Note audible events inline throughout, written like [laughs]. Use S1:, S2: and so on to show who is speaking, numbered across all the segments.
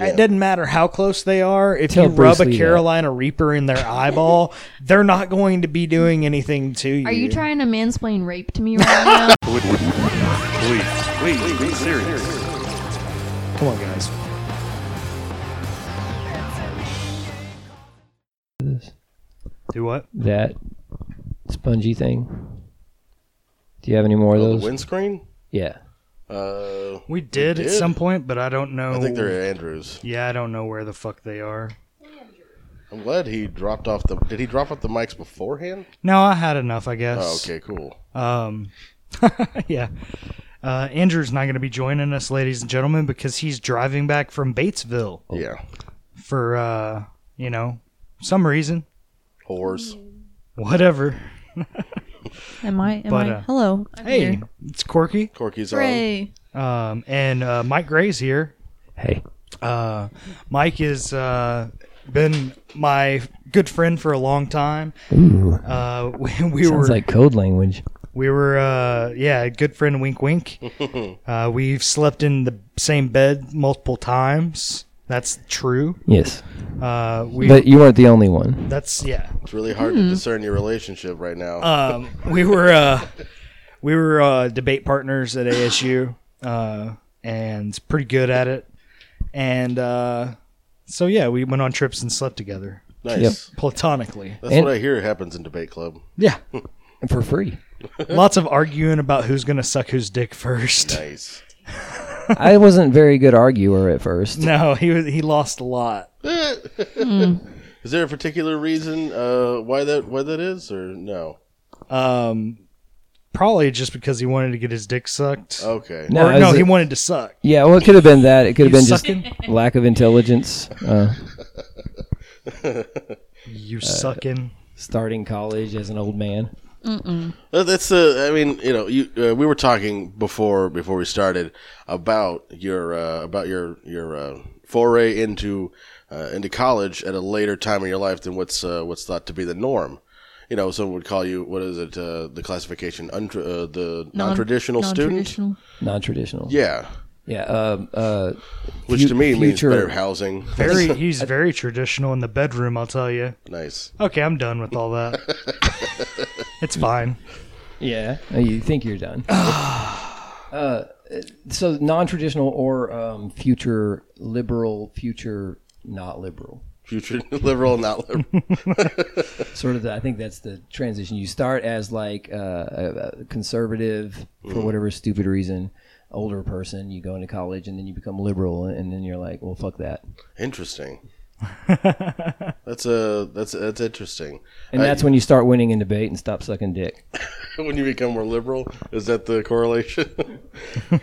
S1: It doesn't matter how close they are. If
S2: Tell
S1: you
S2: Bruce
S1: rub a
S2: Lee that.
S1: Carolina Reaper in
S3: [laughs]
S1: their eyeball, they're not going to be doing anything to you.
S4: Are you trying to mansplain
S1: [laughs]
S4: rape to me right now?
S5: Please, please, be serious.
S1: Come on, guys. Do what?
S2: that spongy thing. Do you have any more of
S3: Oh,
S2: those?
S3: the windscreen?
S2: yeah.
S3: Uh,
S1: We did,
S3: We
S1: at
S3: did?
S1: some point, but I don't know.
S3: I think they're Andrews.
S1: Yeah, I don't know where the fuck they are.
S3: I'm glad he dropped off the. Did he drop off the mics beforehand?
S1: No, I had enough, I guess.
S3: Oh, okay, cool.
S1: Um, [laughs] yeah. Uh, Andrew's not going to be joining us, ladies and gentlemen, because he's driving back from Batesville
S2: Oh.
S3: Yeah,
S1: for, uh, you know, some reason.
S3: whores.
S1: Whatever.
S4: am I? Am
S1: But,
S4: I?
S1: uh,
S4: Hello. I'm
S1: Hey,
S4: here.
S1: it's Corky.
S3: Corky's on.
S4: Hooray.
S1: Um, and uh, Mike Gray's here.
S2: Hey.
S1: Uh, Mike has uh, been my good friend for a long time.
S2: Ooh.
S1: Uh, we, we were
S2: Sounds like code language.
S1: We were, uh, yeah, good friend wink wink. uh, we've slept in the same bed multiple times. That's true.
S2: Yes.
S1: Uh, we,
S2: But you weren't the only one.
S1: that's yeah.
S3: It's really hard to discern your relationship right now.
S2: Uh,
S1: Um, we were, uh, we were uh, debate partners at ASU, uh, and pretty good at it. And uh, so yeah, we went on trips and slept together
S3: nice.
S2: yep.
S1: platonically.
S3: That's
S2: And-
S3: what I hear happens in debate club.
S2: [laughs]
S1: Yeah,
S2: For free.
S1: lots of arguing about who's gonna suck whose dick first.
S3: Nice.
S2: [laughs] I wasn't very good arguer at
S1: [laughs]
S2: first.
S1: No, he was- he lost a lot.
S3: Is there a particular reason uh, why that why that is or no?
S1: Um, probably just because he wanted to get his dick sucked.
S3: Okay.
S2: No,
S1: or
S2: I
S1: no,
S2: was-
S1: he wanted to suck.
S2: yeah, well, it could have been that. It could have
S1: You
S2: been just
S1: sucking? [laughs]
S2: lack of intelligence. Uh,
S1: You sucking.
S2: starting college as an old man.
S3: That- That's uh, I mean, you know, you uh, we were talking before before we started about your uh, about your your uh, foray into uh, into college at a later time in your life than what's uh, what's thought to be the norm. You know, someone would call you what is it? Uh, the classification untr uh, the
S4: Non-
S3: non-traditional, student.
S1: [laughs]
S4: non-traditional.
S2: Non traditional.
S3: Yeah,
S2: Yeah. Um, uh,
S3: which
S2: Fu-
S3: to me means
S2: future-
S3: better housing. [laughs]
S1: Very, he's very traditional in the bedroom. I'll tell you.
S3: nice.
S1: Okay, I'm done with all that. it's fine.
S2: yeah. Uh, You think you're done. uh, so non traditional or um, future liberal, future not liberal.
S3: Future [laughs] liberal, not liberal.
S2: [laughs] sort of the, I think that's the transition. You start as like uh, a, a conservative for whatever stupid reason, older person. You go into college and then you become liberal, and then you're like, well, fuck that.
S3: Interesting.
S2: [laughs]
S3: that's a that's that's interesting.
S2: And that's when you start winning in debate and stop sucking dick.
S3: [laughs] when you become more liberal, is that the correlation? [laughs]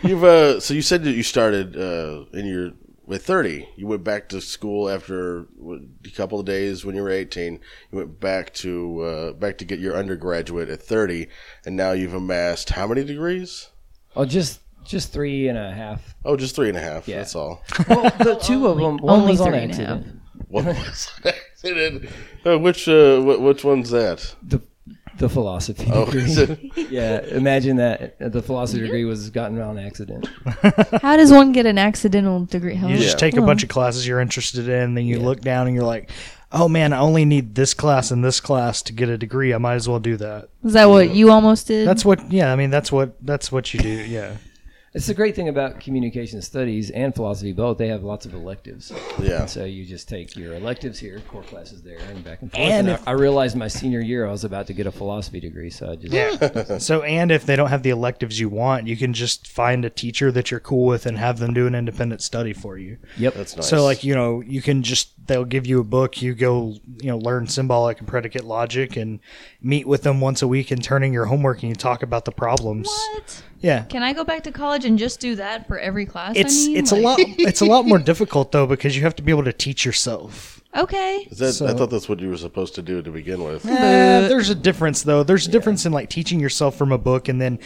S3: You've uh, so you said that you started uh, in your with thirty. You went back to school after what, a couple of days when you were eighteen. You went back to uh, back to get your undergraduate at thirty, and now you've amassed how many degrees?
S2: Oh, just just three and a half.
S3: Oh, just three and a half.
S2: Yeah.
S1: [laughs]
S3: That's all.
S2: Well, the two of them. One
S4: only
S2: was on
S4: three and a half.
S2: accident.
S3: What [laughs] was an accident? Uh, which uh, wh- which one's that?
S2: The the philosophy [laughs]
S3: Oh, [laughs]
S2: degree.
S3: is it?
S2: yeah, imagine that Uh, the philosophy degree was gotten on accident.
S4: How does one get an accidental degree? How
S1: You
S4: is-
S1: just take a bunch of classes you're interested in, then you look down and you're like, "Oh man, I only need this class and this class to get a degree. I might as well do that."
S4: Is that what you almost did?
S1: That's what. Yeah, I mean, that's what. That's what you do. Yeah.
S2: It's the great thing about communication studies and philosophy both. They have lots of electives.
S3: Yeah.
S2: So you just take your electives here, core classes there, and back and forth.
S1: And
S2: And, I, I realized my senior year I was about to get a philosophy degree, so I just
S1: So, and if they don't have the electives you want, you can just find a teacher that you're cool with and have them do an independent study for you.
S2: yep.
S3: That's nice.
S1: So, like, you know, you can just, they'll give you a book, you go, you know, learn symbolic and predicate logic and meet with them once a week and turn in your homework and you talk about the problems.
S4: what?
S1: Yeah.
S4: Can I go back to college and just do that for every class?
S1: It's,
S4: I need?
S1: it's a lot, it's a lot more difficult though because you have to be able to teach yourself.
S4: Okay.
S3: Is that, I
S1: So-
S3: thought that's what you were supposed to do to begin with.
S1: Eh, there's a difference though. There's a difference in like teaching yourself from a book and then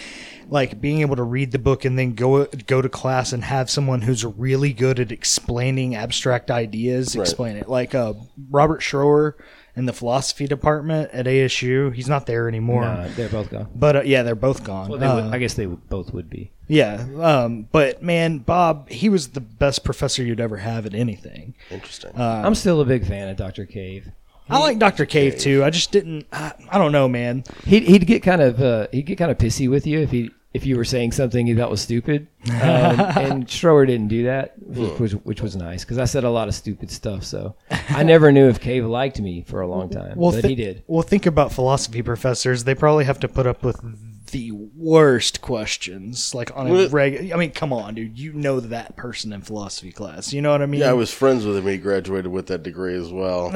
S1: like being able to read the book and then go go to class and have someone who's really good at explaining abstract ideas explain it. Like uh, Robert Schroer in the philosophy department at ASU. He's not there anymore.
S2: No, they're both gone.
S1: But uh, yeah, they're both gone.
S2: Well, they
S1: Uh,
S2: would, I guess they would, both would be.
S1: yeah, um, but man, Bob, he was the best professor you'd ever have at anything.
S3: Interesting.
S2: I'm still a big fan of Dr. Cave.
S1: I like Dr. Cave too. I just didn't. I, I don't know, man.
S2: He'd, he'd get kind of uh, he'd get kind of pissy with you if he if you were saying something he thought was stupid.
S1: [laughs]
S2: Um, and Schroer didn't do that, which, which, which was nice because I said a lot of stupid stuff. So I never knew if Cave liked me for a long time,
S1: Well,
S2: but
S1: thi-
S2: he did.
S1: Well, think about philosophy professors. They probably have to put up with the worst questions, like on a
S3: Well-
S1: regular. I mean, come on, dude. You know that person in philosophy class. You know what I mean?
S3: yeah, I was friends with him. He graduated with that degree as well.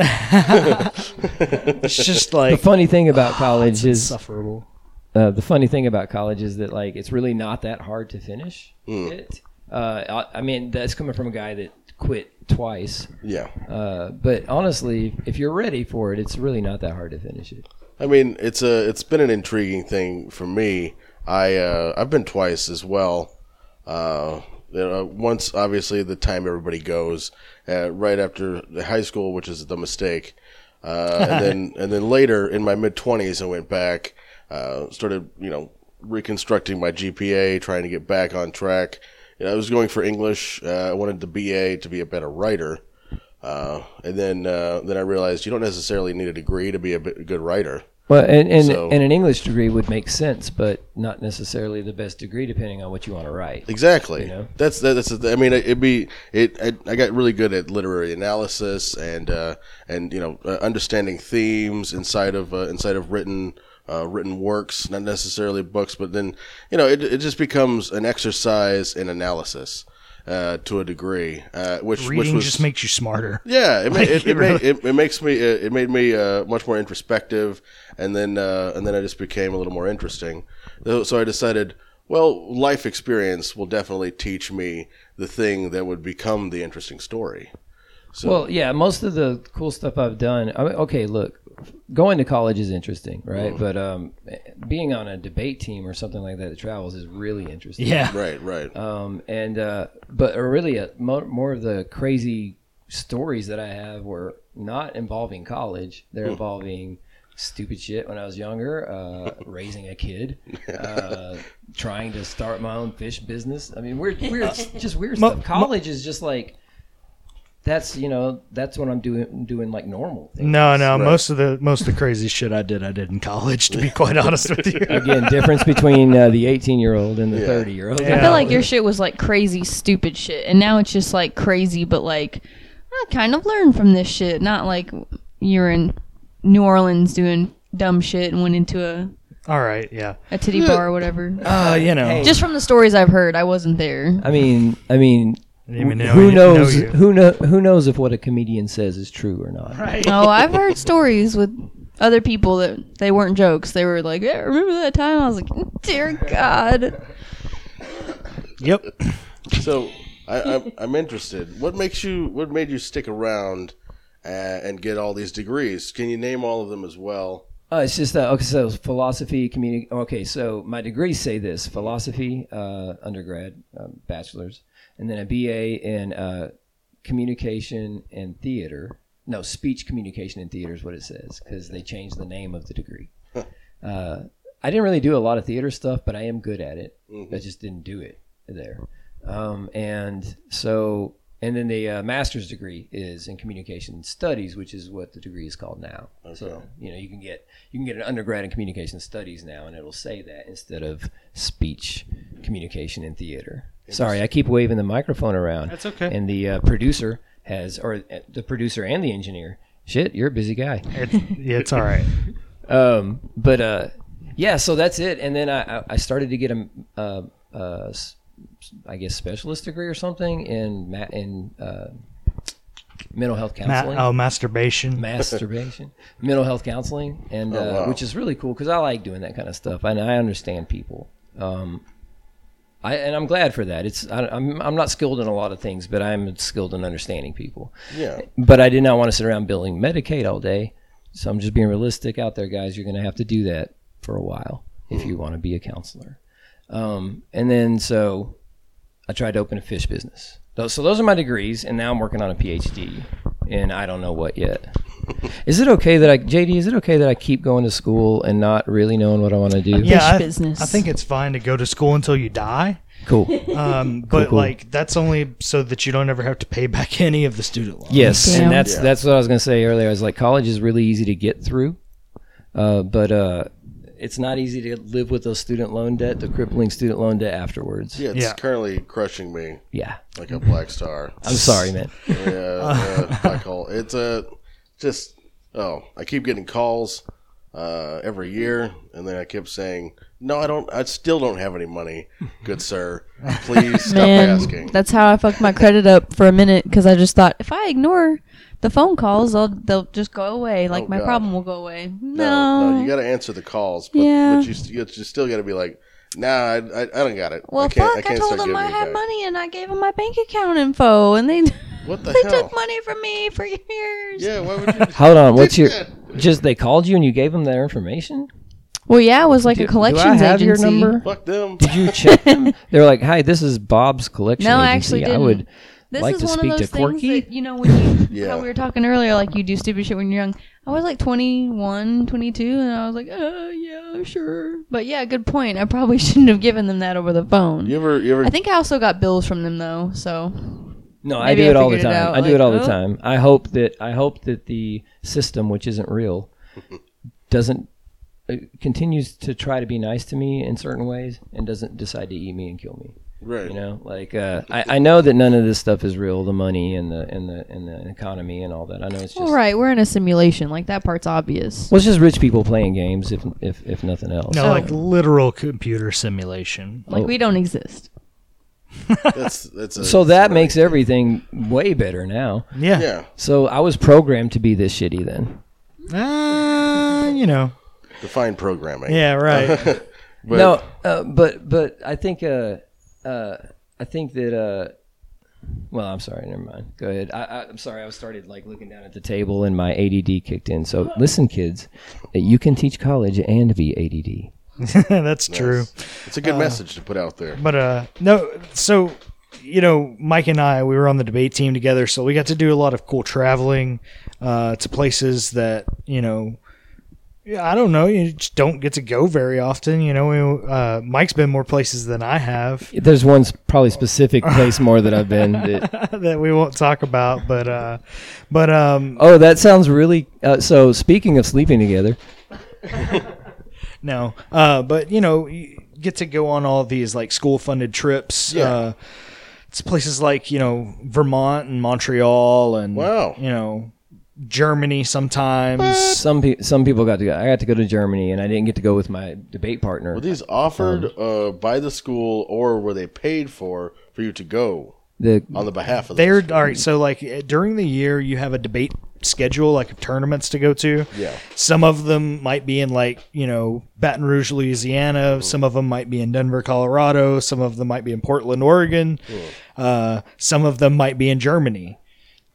S1: it's just
S3: [laughs]
S2: The
S1: like
S2: funny thing about
S1: Ah,
S2: college is
S1: insufferable.
S2: uh, the funny thing about college is that like it's really not that hard to finish it. Uh, I, I mean, that's coming from a guy that quit twice.
S3: yeah.
S2: Uh, but honestly, if you're ready for it, it's really not that hard to finish it.
S3: I mean, it's a it's been an intriguing thing for me. I uh, I've been twice as well. Uh, you know, once, obviously, the time everybody goes uh, right after the high school, which is the mistake, uh, and then and then later in my mid twenties, I went back, uh, started you know reconstructing my GPA, trying to get back on track. You know, I was going for English. Uh, I wanted the BA to be a better writer. Uh, and then uh, then I realized you don't necessarily need a degree to be a bit- good writer.
S2: Well, and and,
S3: So-
S2: and an English degree would make sense, but not necessarily the best degree, depending on what you want to write.
S3: Exactly.
S2: You know?
S3: That's that, that's. the thing. I mean, it'd be it. I, I got really good at literary analysis and uh, and you know uh, understanding themes inside of uh, inside of written. Uh, written works, not necessarily books, but then you know it, it just becomes an exercise in analysis uh, to a degree, uh, which which
S1: Reading
S3: was
S1: just makes you
S3: [laughs]
S1: smarter.
S3: Yeah, it ma-
S1: Like,
S3: it,
S1: it
S3: it, ma-
S1: really-
S3: it, it makes me it, it made me uh, much more introspective, and then uh, and then I just became a little more interesting. So so I decided, well, life experience will definitely teach me the thing that would become the interesting story. So
S2: Well, yeah, most of the cool stuff I've done. I mean, okay, look, going to college is interesting, right?
S3: Mm-hmm.
S2: But um, being on a debate team or something like that that travels is really interesting.
S1: Yeah.
S3: right, right,
S2: Um, and uh, but really, uh, mo more of the crazy stories that I have were not involving college. They're involving stupid shit when I was younger, uh, raising a kid, uh, trying to start my own fish business. I mean, we're we're just weird
S1: Mo-
S2: stuff. College is just like. That's you know that's what I'm doing doing like normal. things.
S1: No, no. Most of the most of the crazy shit I did, I did in college. To be quite honest with you,
S3: [laughs]
S1: [laughs]
S2: Again, difference between uh, the 18 year old and the
S3: Yeah.
S2: 30 year old.
S1: Yeah.
S4: I feel like your shit was like crazy, stupid shit, and now it's just like crazy, but like I kind of learned from this shit. Not like you're in New Orleans doing dumb shit and went into a,
S1: all right, yeah.
S4: a titty bar or whatever.
S1: Uh, you know,
S2: Hey.
S4: Just from the stories I've heard, I wasn't there.
S2: I mean, I mean,
S1: didn't even know
S2: who
S1: you- know
S2: knows?
S1: you.
S2: who know? Who knows if what a comedian says is true or not? Right.
S4: Oh, I've
S3: [laughs]
S4: heard stories with other people that they weren't jokes. They were like, "Yeah, remember that time?" I was like, "Dear God."
S1: yep.
S3: So I, I'm I'm interested. What makes you? What made you stick around uh, and get all these degrees? Can you name all of them as well?
S2: Uh, it's just that. Okay, so philosophy, communi- Okay, so my degrees say this: philosophy, uh, undergrad, um, bachelor's, and then a BA in uh, communication and theater. No, speech communication and theater is what it says because they changed the name of the degree. uh, I didn't really do a lot of theater stuff, but I am good at it. I just didn't do it there. Um, and so, and then the uh, master's degree is in communication studies, which is what the degree is called now. So you know you can get you can get an undergrad in communication studies now, and it'll say that instead of speech, communication, and theater. Sorry, I keep waving the microphone around. That's okay. And the uh, producer has, or uh, the producer and the engineer. Shit, you're a busy guy
S1: It's, yeah, it's all right.
S2: um, but uh, yeah, so that's it. And then I, I- I started to get a, uh, uh, s- I guess, specialist degree or something in ma- in uh, mental health
S1: Ma-
S2: counseling, [laughs]
S1: oh, masturbation.
S2: masturbation, mental health counseling, and uh,
S3: wow.
S2: which is really cool because I like doing that kind of stuff, and I understand people. Um, I, and I'm glad for that. It's I, I'm I'm not skilled in a lot of things, but I'm skilled in understanding people
S3: Yeah.
S2: but I did not want to sit around billing Medicaid all day. So I'm just being realistic out there, guys. You're going to have to do that for a while if you want to be a counselor. Um, and then so I tried to open a fish business. Tho- So those are my degrees, and now I'm working on a PhD, and I don't know what yet. Is it okay that I, JD? Is it okay that I keep going to school and not really knowing what I want to do?
S4: Yeah.
S1: I,
S4: business.
S1: I think it's fine to go to school until you die.
S2: Cool.
S1: Um, but
S2: cool.
S1: like that's only so that you don't ever have to pay back [laughs] any of the student loan.
S2: Yes,
S4: Damn.
S2: and that's
S3: Yeah.
S2: that's what I was gonna say earlier. I was like, college is really easy to get through, uh, but uh, it's not easy to live with those student loan debt, the crippling student loan debt afterwards.
S3: Yeah, it's
S1: Yeah.
S3: currently crushing me
S2: Yeah,
S3: like a black star.
S2: I'm sorry, man.
S3: yeah, uh, black hole. It's a just oh, I keep getting calls uh, every year, and then I kept saying, "No, I don't. I still don't have any money,
S2: [laughs]
S3: good sir. Please stop
S4: Man,
S3: asking."
S4: that's how I fucked my credit up for a minute because I just thought if I ignore the phone calls, I'll, they'll just go away. Like
S3: Oh,
S4: my
S3: God.
S4: problem will go away.
S3: no,
S4: No,
S3: no, you got to answer the calls, but,
S4: Yeah.
S3: but you, st- you still got to be like, "Nah, I, I, I don't got it.
S4: well,
S3: I can't,
S4: fuck! I,
S3: can't
S4: told
S3: start
S4: them
S3: giving
S4: I
S3: you
S4: had
S3: back."
S4: money and I gave them my bank account info, and
S3: [laughs]
S4: they
S3: What the
S4: they
S3: hell?
S4: took money from me for years.
S3: Yeah, why would you?
S2: Hold on, what's your? Just they called you and you gave them their information.
S4: Well, yeah, it was like a
S2: Do-
S4: collections
S2: do I have
S4: agency.
S2: your number?
S4: [laughs]
S3: Fuck them.
S2: Did you check them? They're like, "Hi, this is Bob's collection
S4: No, I
S2: agency.
S4: actually
S2: I
S4: didn't.
S2: would
S4: This
S2: like
S4: is
S2: to
S4: one
S2: speak
S4: of
S2: to
S4: those
S2: Corky."
S4: things that you know when you
S2: [laughs]
S3: Yeah.
S4: how we were talking earlier, like you do stupid shit when you're young. I was like 21, 22, and I was like, uh, yeah, sure, but yeah, good point. I probably [laughs] shouldn't have given them that over the phone.
S3: You ever, you ever?
S4: I think I also got bills from them though, so
S2: No, I
S4: Maybe
S2: do
S4: I
S2: it all the
S4: figured it
S2: time.
S4: out,
S2: I do
S4: like,
S2: it all the
S4: oh.
S2: time. I hope that I hope that the system, which isn't real, doesn't uh, continues to try to be nice to me in certain ways and doesn't decide to eat me and kill me.
S3: right.
S2: You know, like uh, I, I know that none of this stuff is real, the money and the and the and the economy and all that. I know it's just
S4: all right, we're in a simulation. Like that part's obvious.
S2: well, it's just rich people playing games, if if if nothing else.
S1: No,
S4: So-
S1: like literal computer simulation.
S4: Like we don't exist.
S3: That's that's. A,
S2: So that makes everything way better now.
S1: Yeah.
S3: Yeah.
S2: So I was programmed to be this shitty then.
S1: Uh, you know.
S3: Define programming.
S1: Yeah, right. [laughs]
S3: But,
S2: no, uh, but but I think uh, uh, I think that uh, well, I'm sorry, never mind. Go ahead. I, I, I'm sorry, I started like looking down at the table and my ADD kicked in. So listen, kids, that you can teach college and be ADD.
S1: That's true.
S3: It's a
S2: Uh,
S3: good message to put out there.
S1: But uh no, so you know, Mike and I, we were on the debate team together, so we got to do a lot of cool traveling uh, to places that you know, yeah, I don't know, you just don't get to go very often. You know, We, uh, Mike's been more places than I have
S2: There's one s- probably specific
S1: [laughs]
S2: place more that I've been. That,
S1: that we won't talk about, but uh, but um,
S2: oh, that sounds really. Uh, so speaking of sleeping together,
S1: No, uh, but you know, you get to go on all these like school funded trips.
S3: Yeah.
S1: Uh, it's places like you know Vermont and Montreal and
S3: Wow.
S1: you know Germany sometimes.
S2: some pe- some people got to go. I got to go to Germany, and I didn't get to go with my debate partner.
S3: Were these
S1: Um,
S3: offered uh, by the school, or were they paid for for you to go
S2: the
S3: on the behalf of? the
S1: They're
S3: school?
S1: all right. So like eh, during the year, you have a debate schedule like of tournaments to go to.
S3: Yeah.
S1: Some of them might be in like you know Baton Rouge, Louisiana.
S3: Mm.
S1: Some of them might be in Denver, Colorado. Some of them might be in Portland, Oregon.
S3: Mm.
S1: Uh, some of them might be in Germany.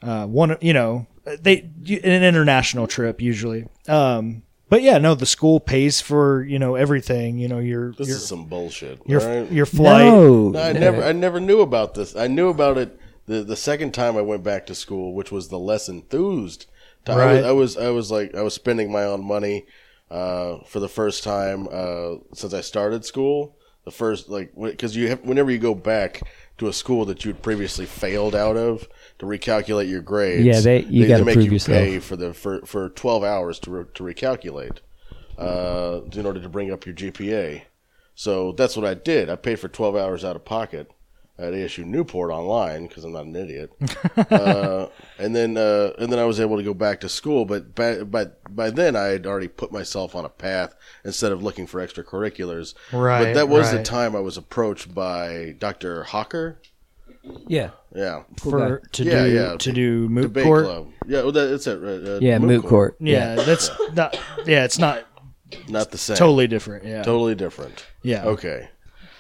S1: Uh, one, you know, eh, they an international trip usually. Um, but yeah, no, the school pays for you know everything. You know your
S3: This
S1: your
S3: is some bullshit.
S1: your,
S3: all right?
S1: your flight.
S2: No.
S3: No, I never, I never knew about this. I knew about it the the second time I went back to school, which was the less enthused time.
S1: Right.
S3: I, was, I was, I was like, I was spending my own money uh, for the first time uh, since I started school. The first, like, because you have, whenever you go back to a school that you had previously failed out of to recalculate your grades,
S2: Yeah, they- you gotta
S3: make
S2: prove
S3: you
S2: yourself.
S3: pay for the for, for twelve hours to re- to recalculate uh, in order to bring up your GPA. So that's what I did. I paid for 12 hours out of pocket at ASU Newport online because I'm not
S1: [laughs]
S3: an idiot. uh, and then uh, and then I was able to go back to school, but by, by by then I had already put myself on a path instead of looking for extracurriculars. But
S1: Right,
S3: that was the
S1: right.
S3: time I was approached by Dr. Hawker.
S2: Yeah.
S3: Yeah.
S1: for to
S3: Yeah,
S1: do
S3: yeah.
S1: to do moot
S3: Debate
S1: court.
S3: club. Yeah, well, that, that's it. right, Uh,
S2: Yeah, moot court.
S1: Yeah, that's not. Yeah, it's
S3: [laughs]
S1: not
S3: Not the same.
S1: totally different. Yeah.
S3: Totally different.
S1: Yeah.
S3: Okay.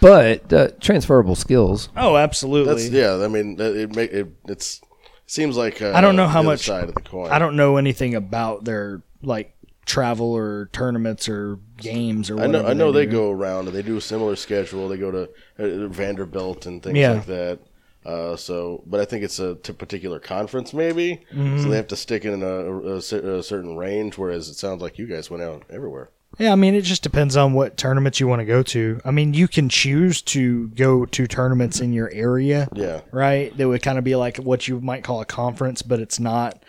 S2: But uh, transferable skills.
S1: Oh, absolutely.
S3: That's yeah. I mean, that- it make it. It's seems like uh,
S1: I don't know
S3: the
S1: how
S3: other
S1: much-
S3: side of the coin.
S1: I don't know anything about their like travel or tournaments or games or.
S3: I
S1: Whatever
S3: know. I know they,
S1: do.
S3: go around and they do a similar schedule. They go to uh, Vanderbilt and things
S1: Yeah.
S3: like that. Uh, so, but I think it's a t- particular conference, maybe.
S1: Mm-hmm.
S3: So they have to stick in a, a, a cer- a certain range. Whereas it sounds like you guys went out everywhere.
S1: Yeah, I mean, it just depends on what tournaments you want to go to. I mean, you can choose to go to tournaments in your area.
S3: Yeah.
S1: Right? That would kind of be like what you might call a conference, but it's not.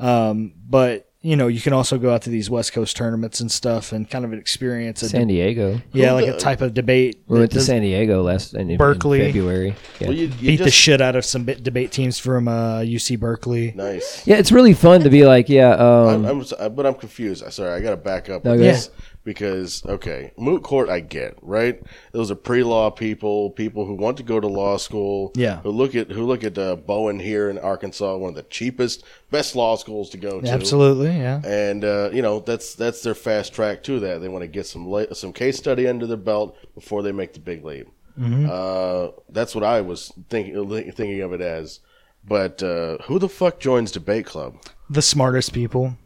S1: Um, but, you know, you can also go out to these West Coast tournaments and stuff and kind of experience a
S2: San Diego.
S1: yeah, like a type of debate.
S2: We went to
S1: that
S2: San Diego last in, in
S1: Berkeley.
S2: February. Yeah.
S3: Well, you, you
S1: beat the
S3: just-
S1: shit out of some bit debate teams from uh, UC Berkeley.
S3: nice.
S2: yeah, it's really fun to be like, yeah, um,
S3: I'm, I'm, so- but I'm confused. I- Sorry, I got to back up.
S2: No,
S3: with
S2: go
S3: this Because okay, moot court I get right. Those are pre-law people, people who want to go to law school.
S1: Yeah.
S3: Who look at who look at uh, Bowen here in Arkansas, one of the cheapest, best law schools to go to.
S1: Absolutely, yeah.
S3: and uh, you know that's that's their fast track to that. They want to get some la- some case study under their belt before they make the big leap. Uh, that's what I was thinking thinking of it as. But uh, who the fuck joins debate club?
S1: The smartest people.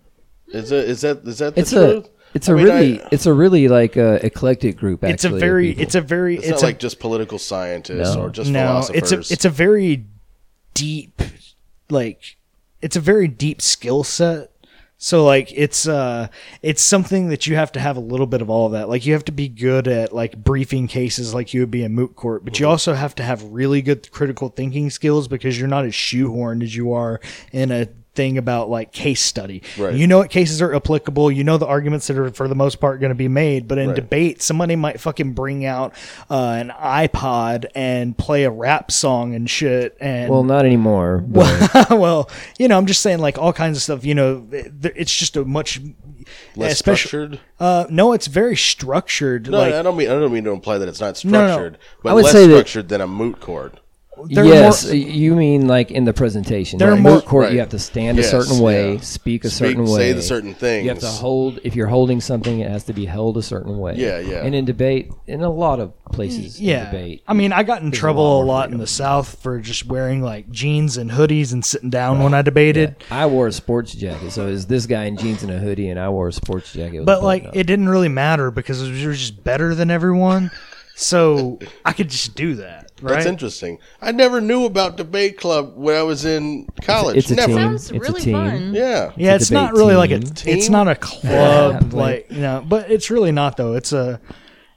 S3: Is it is that is that the
S2: it's
S3: truth?
S2: a it's a
S3: I mean,
S2: really
S3: I-
S2: it's a really like uh, eclectic group. Actually,
S1: It's a
S2: of
S1: very,
S2: people.
S1: it's a very,
S3: it's,
S1: it's,
S3: not
S1: a
S3: like just political scientists
S2: No.
S3: or just
S1: no,
S3: philosophers.
S1: it's a it's a very deep, like it's a very deep skill set. So like it's uh it's something that you have to have a little bit of all of that. Like you have to be good at like briefing cases like you would be in moot court, but you also have to have really good critical thinking skills because you're not as shoehorned as you are in a thing about like case study.
S3: Right.
S1: You know what cases are applicable, you know the arguments that are for the most part going to be made, but in
S3: Right.
S1: debate somebody might fucking bring out uh, an iPod and play a rap song and shit and
S2: well, not anymore.
S1: [laughs]
S2: But
S1: well, you know, I'm just saying like all kinds of stuff. You know, th- th- it's just a much
S3: less
S1: especi-
S3: structured.
S1: Uh, no, it's very structured.
S3: No,
S1: like
S3: I don't mean I don't mean to imply that it's not
S1: No, no.
S3: structured,
S2: I
S3: but
S2: would
S3: less
S2: say that-
S3: structured than a moot court.
S1: they're
S2: yes, uh,
S1: more-
S2: you mean like in the presentation.
S1: They're
S2: Like,
S1: more-
S2: moot court,
S3: right.
S2: you have to stand
S3: Yes,
S2: a certain way,
S3: yeah.
S2: speak a
S3: Speak-
S2: certain way,
S3: say the certain things.
S2: You have to hold. If you're holding something, it has to be held a certain way.
S3: Yeah, yeah.
S2: And in debate, in a lot of places, in
S1: yeah.
S2: debate.
S1: I mean, I got in trouble
S2: more
S1: a lot in the South for just wearing like jeans and hoodies and sitting down when I debated.
S2: I wore a sports jacket, so is this guy in jeans and a hoodie, and I wore a sports jacket. with a
S1: But
S2: button
S1: like,
S2: up.
S1: it didn't really matter because we were just better than everyone. So I could just do that, right?
S3: That's interesting. I never knew about debate club when I was in college.
S2: it's a
S3: never.
S2: team. It's
S4: Sounds
S2: a
S4: really
S2: team.
S4: fun.
S3: Yeah.
S1: yeah,
S2: It's
S1: it's
S2: a
S1: not
S2: debate
S1: really like a.
S2: team.
S1: It's not a club,
S2: Yeah,
S1: like
S2: like-
S1: you know. But it's really not though. It's a,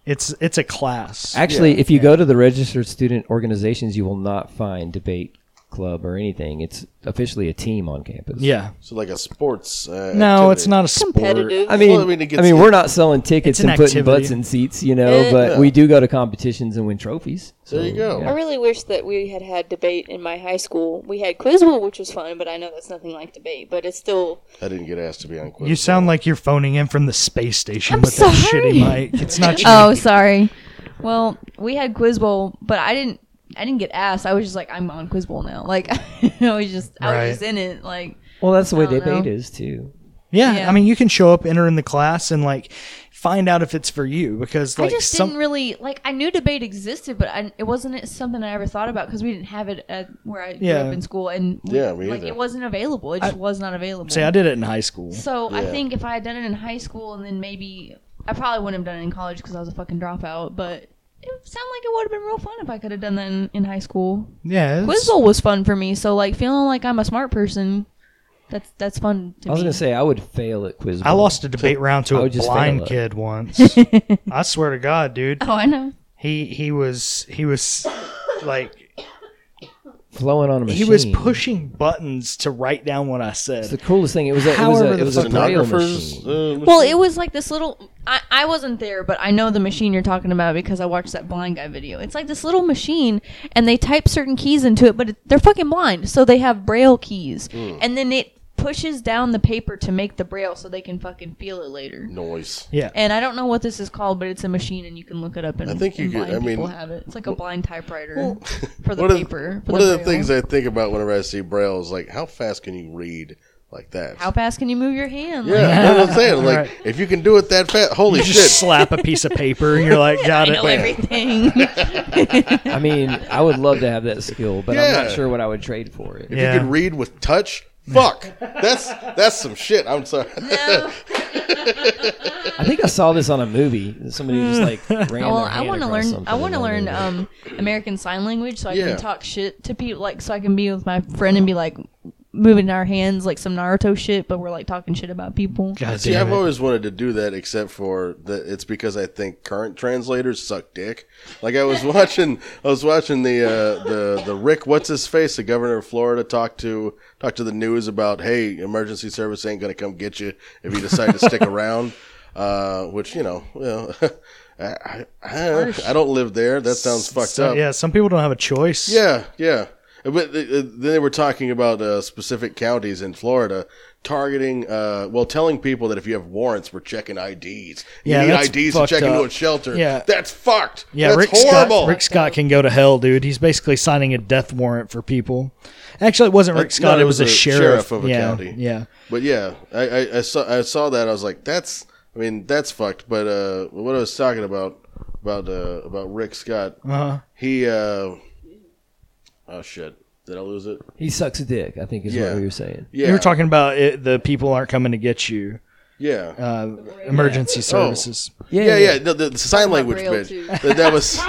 S1: it's it's a class.
S2: Actually, if you go to the registered student organizations, you will not find debate club or anything. It's officially a team on campus.
S1: yeah.
S3: So like a sports. Uh,
S1: No,
S3: activity.
S1: it's not a sport.
S4: Competitive.
S2: I mean,
S3: Well, I
S2: I
S3: mean,
S2: mean,
S3: it gets-
S2: we're not selling tickets
S1: an
S2: and putting
S1: activity.
S2: butts in seats, you know,
S6: Eh.
S2: but
S3: Yeah.
S2: we do go to competitions and win trophies. So,
S3: There you go.
S6: I really wish that we had had debate in my high school. We had quiz bowl, which was fun, but I know that's nothing like debate. But it's still
S3: I didn't get asked to be on quiz.
S1: You sound like you're phoning in from the space station
S4: I'm
S1: with that
S4: sorry.
S1: shitty mic. It's not
S4: [laughs]
S1: you.
S4: Oh, sorry. Well, we had Quiz Bowl, but I didn't. I didn't get asked. I was just like, I'm on Quiz Bowl now. Like, [laughs] I was just, I
S1: Right.
S4: was just in it. Like,
S2: Well, that's the way
S4: I don't
S2: debate
S4: know.
S2: is too.
S1: yeah,
S4: yeah.
S1: I mean, you can show up, enter in the class, and like find out if it's for you because like
S4: I just
S1: some
S4: didn't really like. I knew debate existed, but I, it wasn't something I ever thought about because we didn't have it at where I
S1: Yeah.
S4: grew up in school, and we-
S3: Yeah, me
S4: like
S3: either.
S4: it wasn't available. It just was not available.
S1: say I did it in high school.
S4: So I
S3: Yeah.
S4: think if I had done it in high school, and then maybe I probably wouldn't have done it in college because I was a fucking dropout. But it sounded like it would have been real fun if I could have done that in, in high school.
S1: Yeah,
S4: Quiz
S1: it's-
S4: Bowl was fun for me. So like feeling like I'm a smart person, that's that's fun to
S2: I was
S4: me.
S2: going to say I would fail at quiz.
S1: I
S2: bowl.
S1: lost a debate round to
S2: I
S1: a
S2: would just fail
S1: blind
S2: it.
S1: kid once. I swear to God, dude,
S4: [laughs] oh, I know.
S1: he he was he was like
S2: flowing on a machine.
S1: he was pushing buttons to write down what I said.
S2: It's the coolest thing. It was a, it was
S1: However
S2: a,
S1: the
S2: it was a
S1: fuck-
S2: braille
S3: Stenographers.
S2: machine.
S3: Uh,
S4: Well, it was like this little. I, I wasn't there, but I know the machine you're talking about because I watched that blind guy video. It's like this little machine, and they type certain keys into it, but it, they're fucking blind, so they have braille keys,
S3: Hmm.
S4: and then it pushes down the paper to make the braille so they can fucking feel it later.
S3: noise.
S1: yeah,
S4: And I don't know what this is called, but it's a machine, and you can look it up. And
S3: I think you
S4: and
S3: could-
S4: blind
S3: I mean-
S4: people have it. It's like a blind typewriter
S3: [laughs]
S4: for the
S3: One of the-
S4: paper. for
S3: one of the
S4: braille.
S3: things I think about whenever I see braille is like, how fast can you read like that? [laughs]
S4: How fast can you move your hand?
S3: yeah,
S4: Like,
S3: that's what
S1: [laughs]
S3: I'm saying. Like,
S1: Right.
S3: if you can do it that fast, holy
S1: you
S3: shit!
S1: just slap a piece of paper
S4: [laughs]
S1: and you're like, got
S4: I
S1: it.
S4: know everything.
S3: [laughs]
S2: I mean, I would love to have that skill, but I'm
S3: Yeah.
S2: not sure what I would trade for it.
S3: if
S1: Yeah.
S3: you can read with touch, Fuck. That's that's some shit. I'm sorry.
S2: I think I saw this on a movie. Somebody just
S3: [laughs]
S2: like ran
S4: well,
S2: their
S4: I
S2: hand
S4: want to
S2: across
S4: learn.
S2: something
S4: I want to
S2: and
S4: learn
S2: then-
S4: um, American Sign Language so I
S3: Yeah.
S4: can talk shit to people, like so I can be with my friend and be like moving our hands like some Naruto shit, but we're like talking shit about people.
S1: God
S3: See,
S1: damn
S3: I've
S1: it.
S3: always wanted to do that, except for that. It's because I think current translators suck dick. Like I was [laughs] watching, I was watching the uh, the the Rick, what's his face, the governor of Florida, talk to talk to the news about, hey, emergency service ain't gonna come get you if you decide to
S1: [laughs]
S3: stick around. Uh, which you know, well, [laughs] I, I, I, I don't live there. That sounds fucked
S1: So-
S3: up.
S1: Yeah, some people don't have a choice.
S3: Yeah, yeah. But th- th- they were talking about uh, specific counties in Florida targeting, uh, well, telling people that if you have warrants, we're checking IDs. You
S1: Yeah,
S3: need
S1: that's
S3: IDs to
S1: fucked
S3: check into
S1: up.
S3: a shelter.
S1: Yeah.
S3: that's fucked.
S1: Yeah,
S3: that's
S1: Rick
S3: horrible.
S1: Scott. Rick Scott can go to hell, dude. He's basically signing a death warrant for people. Actually, it wasn't Rick
S3: Like,
S1: Scott.
S3: no,
S1: it, was a, sheriff.
S3: of a
S1: yeah,
S3: county.
S1: Yeah.
S3: But yeah, I, I, I saw I saw that. I was like, that's. I mean, that's fucked. But uh, what I was talking about about uh, about Rick Scott,
S1: Uh-huh.
S3: he. Uh, oh shit! Did I lose it?
S2: He sucks a dick. I think is
S3: Yeah.
S2: what we were saying.
S3: Yeah,
S1: You were talking about it, the people aren't coming to get you.
S3: Yeah.
S1: Uh, emergency
S3: Oh.
S1: services.
S2: Yeah,
S3: Yeah, yeah, no, the, the sign language
S4: braille, too.
S3: bitch. That, that was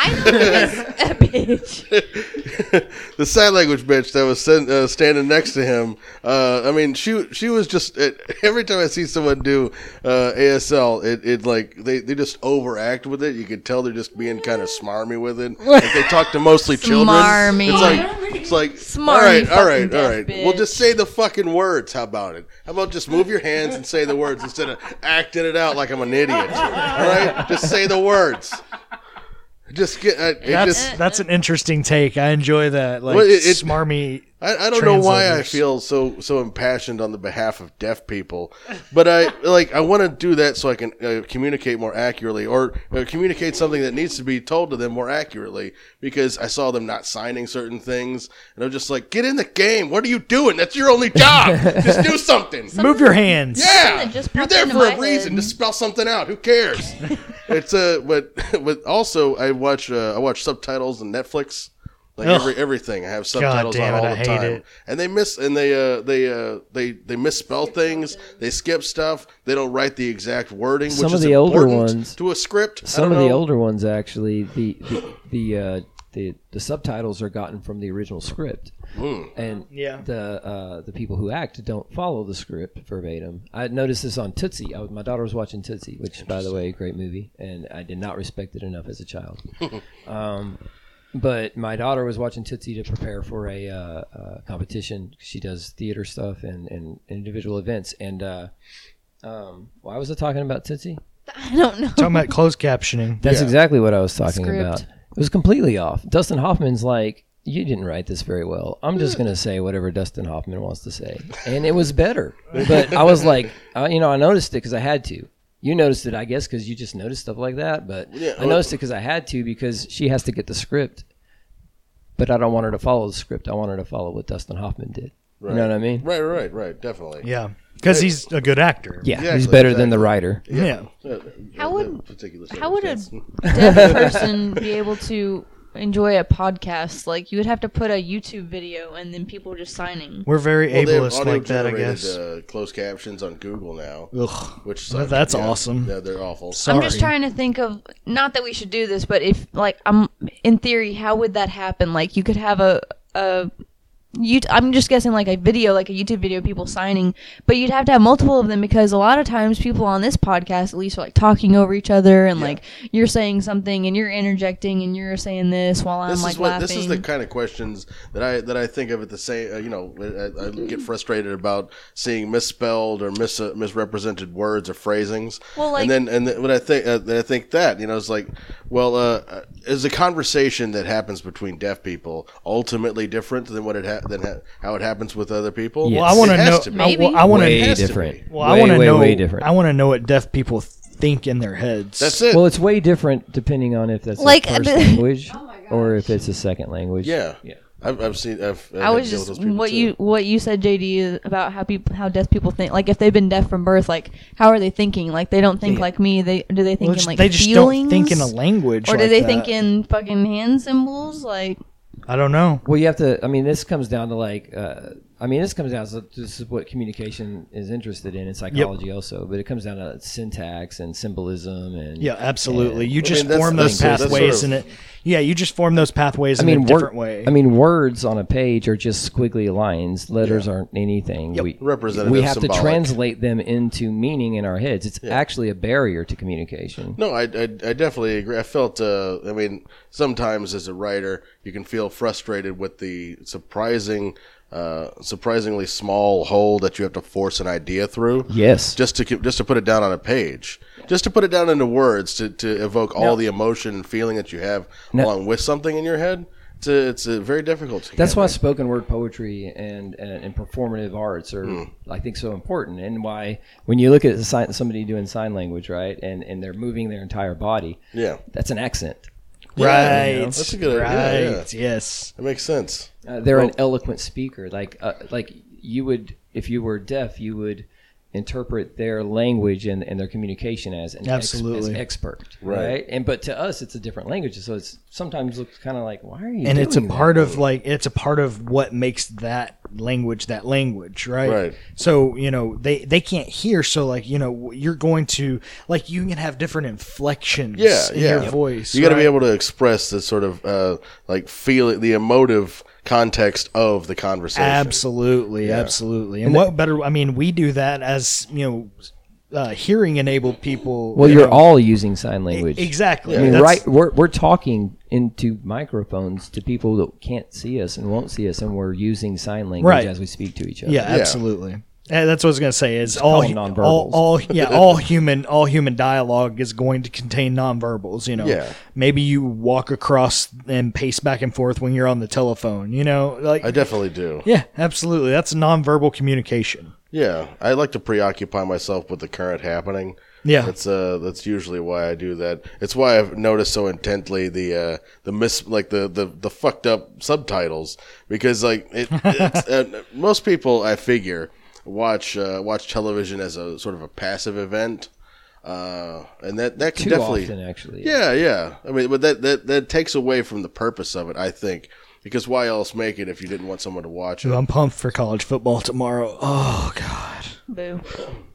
S4: I know this [laughs] bitch.
S3: [laughs] the sign language bitch that was sen- uh, standing next to him. Uh, I mean, she she was just [laughs] every time I see someone do uh, ASL, it, it like they, they just overact with it. You could tell they're just being kind of smarmy with it. Like they talk to mostly children.
S4: Smarmy.
S3: It's like it's like
S4: Smarmy
S3: all right, all
S4: fucking
S3: right, all
S4: deaf
S3: right.
S4: bitch.
S3: Well, just say the fucking words. How about it? How about just move your hands and say the words instead of acting it out like I'm an idiot? All right, just say the words. Just get. I, it
S1: That's
S3: just,
S1: that's an interesting take. I enjoy that. Like
S3: Well, it- it-
S1: smarmy.
S3: I, I don't know why I
S1: translators.
S3: feel so so impassioned on the behalf of deaf people, but I [laughs] like I want to do that so I can uh, communicate more accurately or uh, communicate something that needs to be told to them more accurately because I saw them not signing certain things and I'm just like, get in the game. What are you doing? That's your only job. just do something.
S1: Move your hands.
S3: Yeah,
S4: that just
S3: you're
S4: popped
S3: there
S4: into
S3: for a
S4: my
S3: reason.
S4: head.
S3: Just spell something out.
S4: [laughs]
S3: Who cares? it's a but but also I watch uh, I watch subtitles on Netflix. Like
S1: Ugh.
S3: every everything, I have subtitles
S1: damn
S3: on
S1: it,
S3: all
S1: I
S3: the
S1: hate
S3: time,
S1: it.
S3: and they miss and they uh, they uh, they they misspell things. They skip stuff. They don't write the exact wording.
S2: Some
S3: which
S2: of
S3: is
S2: the older
S3: important
S2: ones-
S3: to a script. I
S2: Some
S3: don't
S2: of the
S3: know.
S2: older ones actually the the the, uh, the the subtitles are gotten from the original script,
S3: Hmm.
S2: and
S1: Yeah.
S2: the uh, the people who act don't follow the script verbatim. I noticed this on Tootsie. I was, my daughter was watching Tootsie, which by the way, great movie, and I did not respect it enough as a child. um, but my daughter was watching Tootsie to prepare for a uh, uh, competition. She does theater stuff and, and individual events. And uh, um, why was I talking about Tootsie?
S4: I don't know.
S1: Talking about closed captioning.
S2: That's exactly what I was talking
S4: Script.
S2: about. It was completely off. Dustin Hoffman's like, you didn't write this very well. I'm just going to say whatever Dustin Hoffman wants to say. And it was better. But I was like, I, you know, I noticed it because I had to. You noticed it, I guess, because you just noticed stuff like that. But I noticed it because I had to because she has to get the script. But I don't want her to follow the script. I want her to follow what Dustin Hoffman did. You know what I mean?
S3: Right, right, right. Definitely.
S1: Yeah, because he's a good actor.
S2: Yeah.
S3: Exactly,
S2: he's better than the
S3: exactly.
S2: writer.
S1: Yeah.
S3: Uh,
S4: How
S3: uh,
S4: would-
S3: particular
S4: How would a
S3: circumstance.
S4: deaf person be able to enjoy a podcast? Like you would have to put a YouTube video and then people just signing.
S1: We're very
S3: Well, they have
S1: ableist like that, I
S3: audio-generated,
S1: guess.
S3: Uh, closed captions on Google now.
S1: Ugh.
S3: Which
S1: Well,
S3: sucks.
S1: that's
S3: Yeah.
S1: awesome.
S3: Yeah, they're awful.
S1: Sorry.
S4: I'm just trying to think of not that we should do this, but if like I'm in theory, how would that happen? Like you could have a a you I'm just guessing like a video, like a YouTube video, of people signing, but you'd have to have multiple of them because a lot of times people on this podcast at least are like talking over each other and like you're saying something and you're interjecting and you're saying this while I'm
S3: this
S4: like
S3: is what
S4: laughing.
S3: this is the kind of questions that I that I think of at the same. Uh, you know, I, I get frustrated about seeing misspelled or mis uh, misrepresented words or phrasings.
S4: Well, like-
S3: and then and then what I think uh, then I think that you know it's like, well, uh, uh, is the conversation that happens between deaf people ultimately different than what it ha- than ha- how it happens with other people?
S1: Well, I want
S3: It
S1: to
S3: has
S1: know.
S3: to be.
S1: I,
S4: Maybe.
S1: want
S3: It
S1: to.
S2: Way
S3: has to be.
S2: different.
S1: Well, I
S2: Way,
S1: want to
S2: way,
S1: know.
S2: way different.
S1: I want to know what deaf people think in their heads.
S3: That's [laughs] it.
S2: Well, it's way different depending on if that's
S4: Like,
S2: a
S3: [laughs]
S2: first
S4: the-
S2: language or if it's a second language.
S3: yeah. I've, I've seen. I've, I've
S4: I was just
S3: dealt with those people
S4: what
S3: too.
S4: you what you said, JD, is about how people how deaf people think. Like if they've been deaf from birth, like how are they thinking? Like they don't think like me. They do they think
S1: Well,
S4: in
S1: just-
S4: like
S1: they just
S4: feelings?
S1: don't think in a language.
S4: or do
S1: like
S4: they
S1: that.
S4: think in fucking hand symbols? Like
S1: I don't know.
S2: Well, you have to. I mean, this comes down to like uh, I mean, this comes down to this is what communication is interested in, and psychology also, but it comes down to syntax and symbolism and
S1: Yeah, absolutely.
S2: and-
S1: You just
S3: mean, that's
S1: form
S3: the
S1: those
S3: thing, too. That's sort
S1: pathways
S3: of-
S1: in it. Yeah, you just form those pathways
S2: I mean,
S1: in a
S2: wor-
S1: different way.
S2: I mean, words on a page are just squiggly lines. Letters aren't anything. We,
S3: Representative,
S2: we have
S3: symbolic.
S2: to translate them into meaning in our heads. It's actually a barrier to communication.
S3: No, I, I, I definitely agree. I felt, uh, I mean, sometimes as a writer, you can feel frustrated with the surprising, uh, surprisingly small hole that you have to force an idea through.
S2: Yes.
S3: Just to keep- just to put it down on a page, just to put it down into words to, to evoke all the emotion and feeling that you have along with something in your head. It's a, it's a very difficult. to
S2: That's
S3: get.
S2: why spoken word poetry and, and, and performative arts are,
S1: Hmm.
S2: I think, so important, and why when you look at the sign, somebody doing sign language, right, and, and they're moving their entire body,
S3: Yeah.
S2: that's an accent.
S3: Yeah,
S1: right.
S3: you know, that's a good
S1: right.
S3: idea,
S1: Yes.
S3: That makes sense.
S2: Uh, they're an eloquent speaker. Like uh, like you would, if you were deaf, you would interpret their language and, and their communication as an ex-
S1: Absolutely.
S2: as expert,
S3: Right.
S2: right. And but to us, it's a different language, so it's sometimes looks kind of like, why are you?
S1: And it's a
S2: doing that?
S1: part of like it's a part of what makes that language that language, right?
S3: Right.
S1: So you know they they can't hear, so like you know you're going to like you can have different inflections
S3: yeah,
S1: in
S3: yeah.
S1: your voice.
S3: You got to
S1: right?
S3: be able to express the sort of uh, like feel the emotive context of the conversation.
S1: Absolutely, absolutely. And, what better? I mean, we do that as you know, uh, hearing enabled people.
S2: Well,
S1: you
S2: you're
S1: know.
S2: all using
S1: E,
S2: sign language.
S1: exactly.
S2: I mean,
S1: That's-
S2: right? We're, we're talking into microphones to people that can't see us and won't see us, and we're using sign language
S1: Right.
S2: as we speak to each other.
S1: Yeah, absolutely. Yeah, that's what I was gonna say. Is all,
S2: call 'em nonverbals.
S1: all all yeah
S2: [laughs]
S1: all human all human dialogue is going to contain nonverbals. You know,
S3: Yeah.
S1: maybe you walk across and pace back and forth when you're on the telephone. You know, like
S3: I definitely do.
S1: yeah, absolutely. That's nonverbal communication.
S3: Yeah, I like to preoccupy myself with the current happening.
S1: Yeah.
S3: that's uh, that's usually why I do that. It's why I've noticed so intently the uh, the mis like the, the the fucked up subtitles because like
S2: [laughs]
S3: it, it's, uh, most people I figure watch uh, watch television as a sort of a passive event, uh, and that that can
S2: Too
S3: definitely
S2: often, actually.
S3: Yeah, yeah. I mean, but that, that that takes away from the purpose of it, I think. Because why else make it if you didn't want someone to
S2: [laughs]
S3: watch
S1: Dude,
S3: it?
S1: I'm pumped for college football tomorrow. Oh god,
S4: Boo.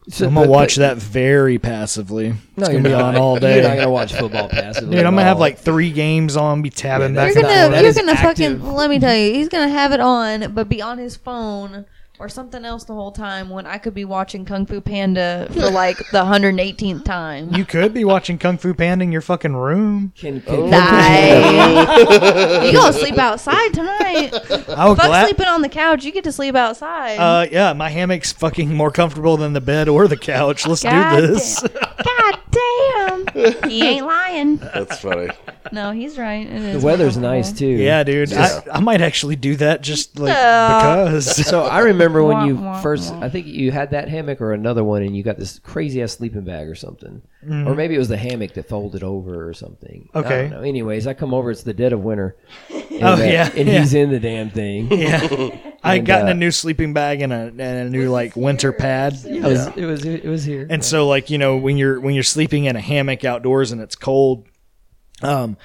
S2: So-
S1: I'm gonna
S2: but-
S1: watch
S2: but-
S1: that very passively.
S2: No,
S1: it's
S2: you're
S1: gonna be on
S2: not. [laughs]
S1: all
S2: You're not
S1: day.
S2: gonna watch football passively.
S1: Dude,
S2: at
S1: I'm gonna have
S2: all.
S1: like three games on, be tabbing
S2: Yeah,
S1: back
S2: that's
S4: You're
S1: and
S2: not-
S1: forth.
S4: gonna,
S2: that
S4: you're
S2: is
S4: gonna
S2: active.
S4: fucking. Let me tell you, he's gonna have it on, but be on his phone or something else the whole time. When I could be watching Kung Fu Panda for like the hundred eighteenth time.
S1: You could be watching Kung Fu Panda in your fucking room.
S4: [laughs]
S2: Can,
S4: Oh.
S2: can,
S4: Die.
S1: [laughs]
S4: you gonna sleep outside tonight?
S1: I would
S4: Fuck
S1: gla-
S4: sleeping on the couch. You get to sleep outside.
S1: Uh, yeah, my hammock's fucking more comfortable than the bed or the couch. Let's
S4: God
S1: do this.
S4: damn. God damn. [laughs] he ain't lying.
S3: That's funny.
S4: No, he's right. It
S2: the
S4: is
S2: weather's
S4: uncomfortable.
S2: nice
S1: [laughs]
S2: too.
S1: yeah, dude,
S3: Yeah.
S1: I, I might actually do that just like
S4: Yeah.
S1: because. [laughs]
S2: So I remember when you
S4: Wah, wah,
S2: first,
S4: wah.
S2: I think you had that hammock or another one, and you got this crazy ass sleeping bag or something, or maybe it was the hammock that folded over or something. I don't
S1: Mm-hmm. Okay.
S2: know. Anyways, I come over. It's the dead of winter.
S1: [laughs]
S2: And, uh,
S1: Oh, yeah,
S2: and
S1: yeah.
S2: he's in the damn thing.
S1: yeah, I
S2: And,
S1: got in
S2: uh,
S1: a new sleeping bag and a, and a new like winter pad.
S2: It, was, it was it was here.
S1: And so like, you know, when you're when you're sleeping in a hammock outdoors and it's cold, um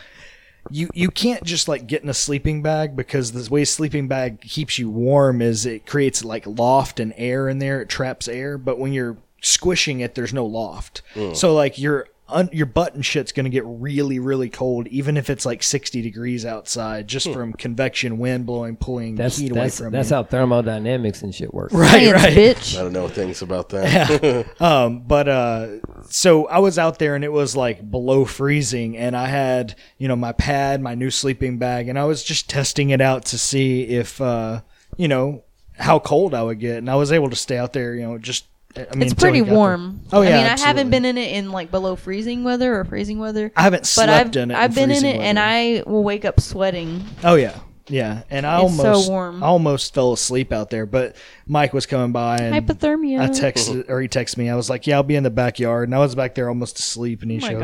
S1: you you can't just like get in a sleeping bag because the way a sleeping bag keeps you warm is it creates like loft and air in there, it traps air, but when you're squishing it there's no loft. So like your Un, your butt and shit's gonna get really, really cold, even if it's like sixty degrees outside, just from convection, wind blowing, pulling
S2: that's
S1: heat away
S2: that's,
S1: from
S2: that's
S1: you.
S2: how thermodynamics and shit works.
S1: right,
S4: Science,
S1: right.
S3: I
S4: bitch.
S3: don't know things about that.
S1: Um, but uh, so I was out there and it was like below freezing, and I had you know my pad, my new sleeping bag, and I was just testing it out to see if uh, you know how cold I would get, and I was able to stay out there, you know, just. I mean,
S4: It's
S1: until
S4: pretty
S1: it got
S4: warm.
S1: there. Oh yeah,
S4: I mean, I
S1: absolutely.
S4: haven't been in it in like below freezing weather or freezing weather.
S1: I haven't
S4: but
S1: slept
S4: I've
S1: in it.
S4: I've been in
S1: freezing
S4: it, and
S1: weather.
S4: I will wake up sweating.
S1: Oh yeah, yeah, and I
S4: It's so
S1: almost
S4: warm.
S1: I almost fell asleep out there, but Mike was coming by and
S4: Hypothermia.
S1: I texted or he texted me. I was like, "Yeah, I'll be in the backyard," and I was back there almost asleep, and he
S4: Oh my
S1: shows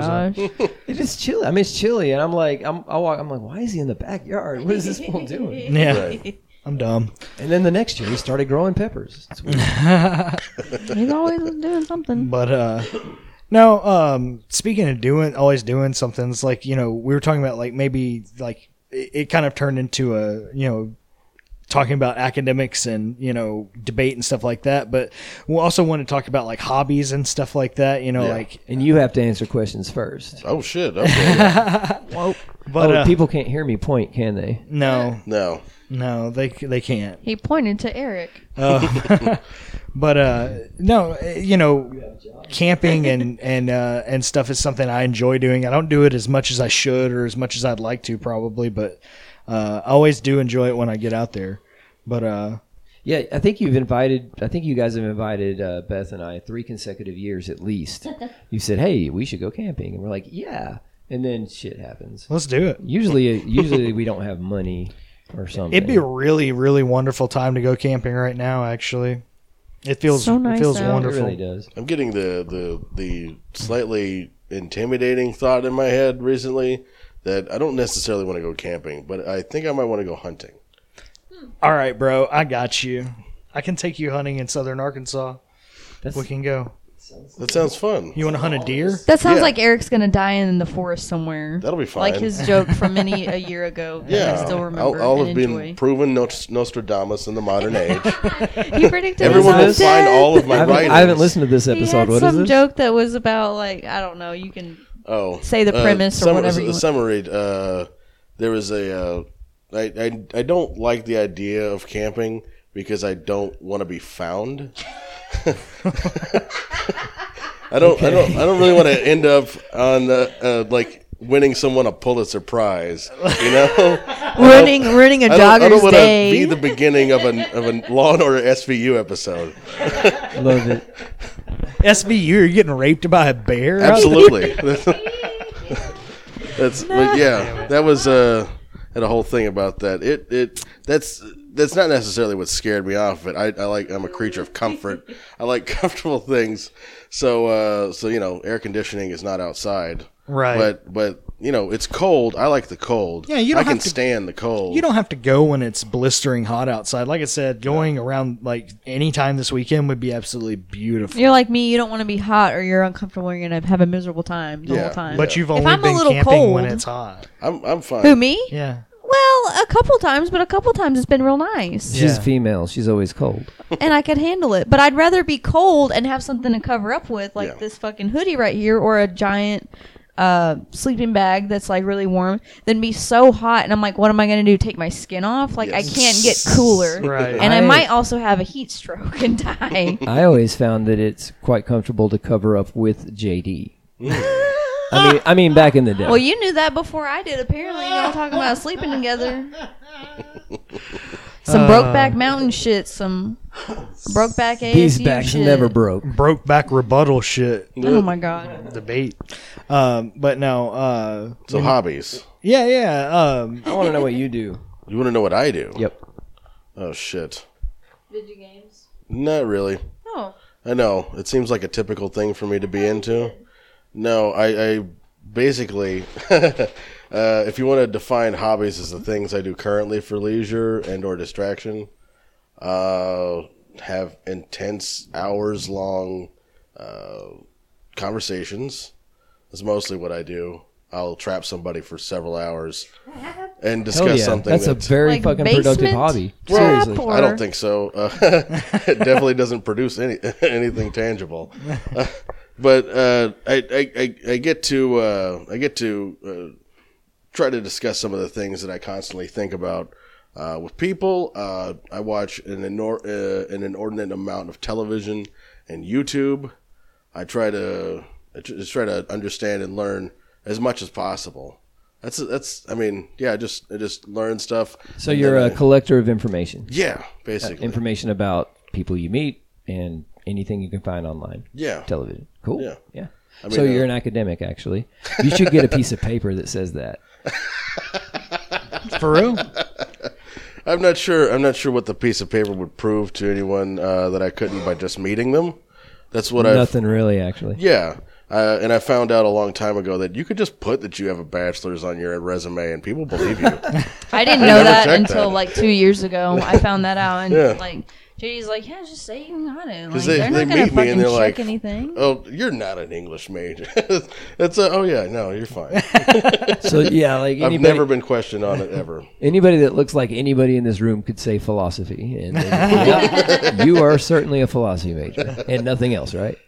S1: up.
S4: gosh.
S1: [laughs]
S2: It is chilly. I mean, it's chilly, and I'm like, I'm I walk, I'm like, why is he in the backyard? What is this [laughs] fool doing?
S1: Yeah, I'm dumb.
S2: And then the next year, he started growing peppers.
S1: [laughs]
S2: It's weird.
S4: He's always doing something.
S1: But uh no, um speaking of doing always doing something, it's like, you know, we were talking about like maybe like it, it kind of turned into a, you know, talking about academics and you know debate and stuff like that, but we also want to talk about like hobbies and stuff like that. You know,
S3: Yeah.
S1: like
S2: And you have to answer questions first.
S3: [laughs] Oh shit.
S2: [laughs]
S3: Okay.
S1: but
S2: oh,
S1: uh,
S2: people can't hear me point, can they?
S1: no,
S3: no.
S1: no, they they can't.
S4: He pointed to Eric.
S1: [laughs] But uh, no, uh, you know, camping and and uh, and stuff is something I enjoy doing. I don't do it as much as I should or as much as I'd like to, probably, but uh, I always do enjoy it when I get out there. But uh,
S2: Yeah, I think you've invited. I think you guys have invited uh, Beth and I three consecutive years at [laughs] least. you said, "Hey, we should go camping," and we're like, "Yeah," and then shit happens.
S1: let's do it.
S2: Usually, uh, usually we don't have money or something.
S1: It'd be a really, really wonderful time to go camping right now. Actually, it feels
S4: So nice
S1: it feels
S4: out.
S2: it
S1: wonderful.
S2: really does.
S3: I'm getting the the the slightly intimidating thought in my head recently that I don't necessarily want to go camping, but I think I might want to go hunting.
S1: All right, bro, I got you. I can take you hunting in southern Arkansas.
S2: That's-
S1: We can go.
S3: That sounds fun.
S1: You want to hunt a deer?
S4: That sounds
S3: Yeah.
S4: like Eric's gonna die in the forest somewhere.
S3: That'll be fine.
S4: Like his joke
S1: [laughs]
S4: from many a year ago. that
S3: yeah,
S4: I still remember.
S3: I'll, I'll
S4: and
S3: have
S4: enjoy.
S3: been proven Nos- Nostradamus in the
S4: [laughs]
S3: modern age.
S4: he predicted
S3: Everyone will
S4: his own
S3: find
S4: death.
S3: all of
S2: I
S3: my
S2: haven't,
S3: writings.
S2: I haven't listened to this
S4: He
S2: episode.
S4: had
S2: What is
S4: some
S2: this?
S4: joke that was about like I don't know. You can
S3: Oh,
S4: Say the premise or whatever you
S3: The
S4: want.
S3: summary. Uh, there was a. Uh, I, I I don't like the idea of camping because I don't want to be found. [laughs] I don't. I don't. I don't really want to end up on uh, uh, like winning someone a Pulitzer Prize.
S4: [laughs]
S3: You know.
S4: [laughs] ruining ruining a
S3: I don't, I
S4: jogger's
S3: don't want to
S4: day.
S3: be the beginning of a of a Law and Order SVU episode.
S2: Love it.
S1: SVU, you're getting raped by a bear?
S3: Absolutely. that's but yeah. That was uh had a whole thing about that. It it that's that's not necessarily what scared me off of it. I, I like I'm a creature of comfort. I like [laughs] comfortable things. So uh so you know, air conditioning is not outside.
S1: Right.
S3: But but you know, it's cold. I like the cold.
S1: Yeah, you don't
S3: I can
S1: have to-
S3: stand the cold.
S1: You don't have to go when it's blistering hot outside. Like I said, going around like any time this weekend would be absolutely beautiful.
S4: you're like me. You don't want to be hot or you're uncomfortable. You're gonna have a miserable time the
S3: Yeah,
S4: whole time.
S1: But you've
S4: If
S1: only
S4: I'm a
S1: been
S4: little
S1: camping when
S4: cold-
S1: it's hot.
S3: I'm I'm fine.
S4: who me?
S1: Yeah.
S4: Well, a couple times, but a couple times it's been real nice,
S2: She's
S1: Yeah.
S2: female. She's always cold.
S4: and I could handle it. But I'd rather be cold and have something to cover up with, like
S3: Yeah.
S4: this fucking hoodie right here, or a giant uh, sleeping bag that's like really warm, than be so hot. And I'm like, what am I gonna do? Take my skin off? Like I can't get cooler,
S1: Right.
S4: and I,
S2: I-
S4: might also have a heat stroke and
S2: [laughs]
S4: die.
S2: I always found that it's quite comfortable to cover up with JD. I mean, I mean, back in the day.
S4: well, you knew that before I did. Apparently, y'all talking about sleeping together.
S2: Uh,
S4: Some broke Brokeback Mountain shit. Some Brokeback ASU
S2: these backs
S4: shit.
S2: never
S4: [laughs]
S2: broke.
S1: Broke back rebuttal shit
S4: Oh my god.
S1: debate. Um, but no, uh,
S3: So hobbies.
S1: yeah, yeah. Um,
S2: I want to know what you do.
S3: You wanna know what I do?
S2: Yep.
S3: Oh shit.
S4: Video games.
S3: Not really.
S4: Oh.
S3: I know. It seems like a typical thing for me to be into. No, I, I basically, [laughs] uh, if you want to define hobbies as the
S4: Mm-hmm.
S3: things I do currently for leisure and or distraction, uh, have intense hours long uh, conversations. That's mostly what I do. I'll trap somebody for several hours and
S2: Hell
S3: discuss
S2: yeah.
S3: something
S2: That's a
S3: that's
S2: very
S4: Like
S2: fucking productive
S4: basement
S2: hobby.
S4: trap
S2: Seriously.
S4: or-
S3: I don't think so. [laughs] Uh, it definitely doesn't produce any [laughs] anything tangible. Uh, but uh, I, I, I I get to uh, I get to uh, try to discuss some of the things that I constantly think about uh, with people. Uh, I watch an inor- uh, an inordinate amount of television and YouTube. I try to I tr- just try to understand and learn as much as possible. That's that's I mean yeah I just I just learn stuff.
S2: So
S3: and
S2: you're
S3: then
S2: a
S3: I-
S2: collector of information.
S3: yeah basically
S2: Information about people you meet and anything you can find online.
S3: Yeah.
S2: Television. Cool.
S3: Yeah.
S2: Yeah.
S3: I
S2: so
S3: mean,
S2: you're
S3: uh,
S2: an academic, actually. You should get a piece of paper that says [laughs] that.
S1: for real,
S3: [laughs] I'm not sure. I'm not sure what the piece of paper would prove to anyone uh, that I couldn't by just meeting them. That's what I.
S2: Nothing really, actually.
S3: Yeah, uh, and I found out a long time ago that you could just put that you have a bachelor's on your resume,
S2: [laughs]
S3: and people believe you.
S4: I didn't know
S3: never
S4: that
S3: checked
S4: until
S3: that.
S4: like two years ago. I found that out, and like JD's like, yeah, just say you got it. Like,
S3: 'Cause
S4: they,
S3: they-
S4: are
S3: they
S4: not gonna
S3: meet me
S4: fucking
S3: and they're
S4: check
S3: like-
S4: anything.
S3: Oh, you're not an English major. [laughs] That's a, oh yeah, no,
S2: [laughs]
S3: you're fine.
S2: So yeah, like anybody,
S3: I've never been questioned on it ever.
S2: anybody that looks like anybody in this room could say philosophy, and
S3: [laughs]
S2: then- you are certainly a philosophy major and nothing else, right?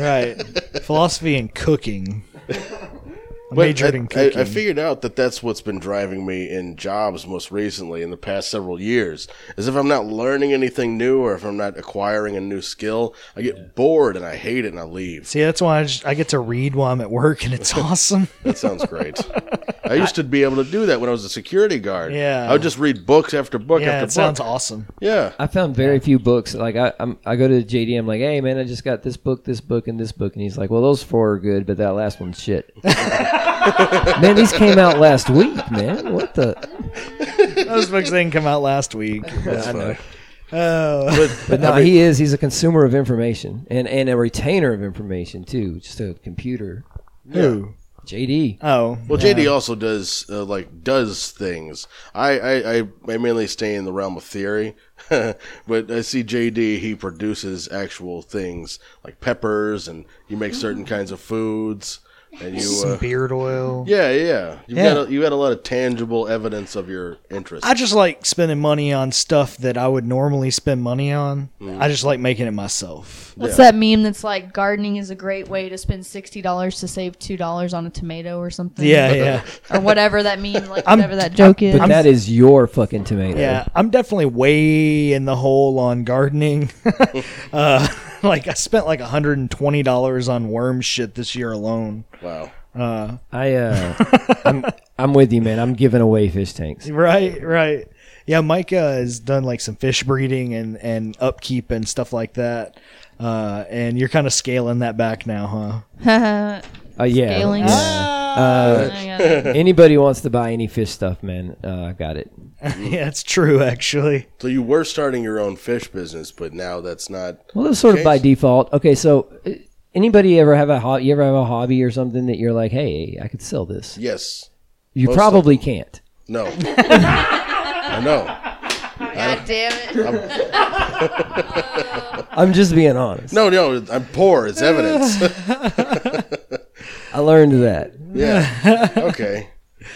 S1: right. Philosophy and
S3: [laughs]
S1: cooking. I majored
S3: I-
S1: in
S3: I,
S1: cooking.
S3: I, figured out that that's what's been driving me in jobs most recently in the past several years. Is if I'm not learning anything new or if I'm not acquiring a new skill, I get bored and I hate it and I leave.
S1: See, that's why I, just, I get to read while I'm at work, and
S3: [laughs]
S1: it's awesome.
S3: That sounds great. I used to be able to do that when I was a security guard.
S1: Yeah.
S3: I would just read books after book
S1: yeah,
S3: after
S1: it
S3: book.
S1: sounds awesome.
S3: Yeah.
S2: I found very few books. Like I, I'm, I go to JD. I'm like, hey man, I just got this book, this book, and this book, and he's like, well, those four are good, but that last one's
S3: [laughs]
S2: shit. man, these came out last week, man. What the?
S1: Those books didn't come out last
S3: [laughs]
S1: week.
S2: I know.
S1: Oh,
S2: But no, he is. He's a consumer of information and and a retainer of information too. Just a computer.
S1: who?
S2: JD.
S1: Oh,
S3: Well, JD also does uh, like does things. I, I, I, I mainly stay in the realm of theory, [laughs] but I see JD. He produces actual things like peppers, and you make
S1: Mm.
S3: certain kinds of foods, and you.
S1: some
S3: Uh,
S1: beard oil.
S3: yeah, yeah. You've
S1: Yeah.
S3: got a, you got a lot of tangible evidence of your interest.
S1: I just like spending money on stuff that I would normally spend money on. I just like making it myself.
S4: What's that meme that's like gardening is a great way to spend sixty dollars to save two dollars on a tomato or something?
S1: Yeah, yeah,
S4: or whatever that meme, like
S1: I'm-
S4: whatever that joke is.
S2: But that is your fucking tomato.
S1: yeah. I'm definitely way in the hole on gardening. [laughs] uh, [laughs] like I spent like 120 dollars on worm shit this year alone.
S3: wow.
S2: I uh, I'm I'm with you, man. I'm giving away fish tanks.
S1: Right, right. Yeah, Micah has done like some fish breeding and and upkeep and stuff like that. Uh, and you're kind of scaling that back now, huh?
S2: Uh, yeah.
S4: Scaling. Ah.
S2: yeah.
S4: I got
S3: [laughs]
S4: it.
S2: Anybody wants to buy any fish stuff, man? Uh, I got it.
S1: [laughs] yeah, it's true actually.
S3: So you were starting your own fish business, but now that's not.
S2: Well, that's sort of by
S3: Case.
S2: default. Okay, so uh, anybody ever have a ho- you ever have a hobby or something that you're like, hey, I could sell this.
S3: Yes.
S2: You
S3: Most
S2: probably can't.
S3: No.
S1: [laughs]
S3: I know.
S4: God damn it!
S2: I'm just being honest.
S3: No, no. I'm poor.
S1: [laughs]
S3: It's evidence.
S2: I learned
S3: [laughs]
S2: that.
S3: Yeah. okay.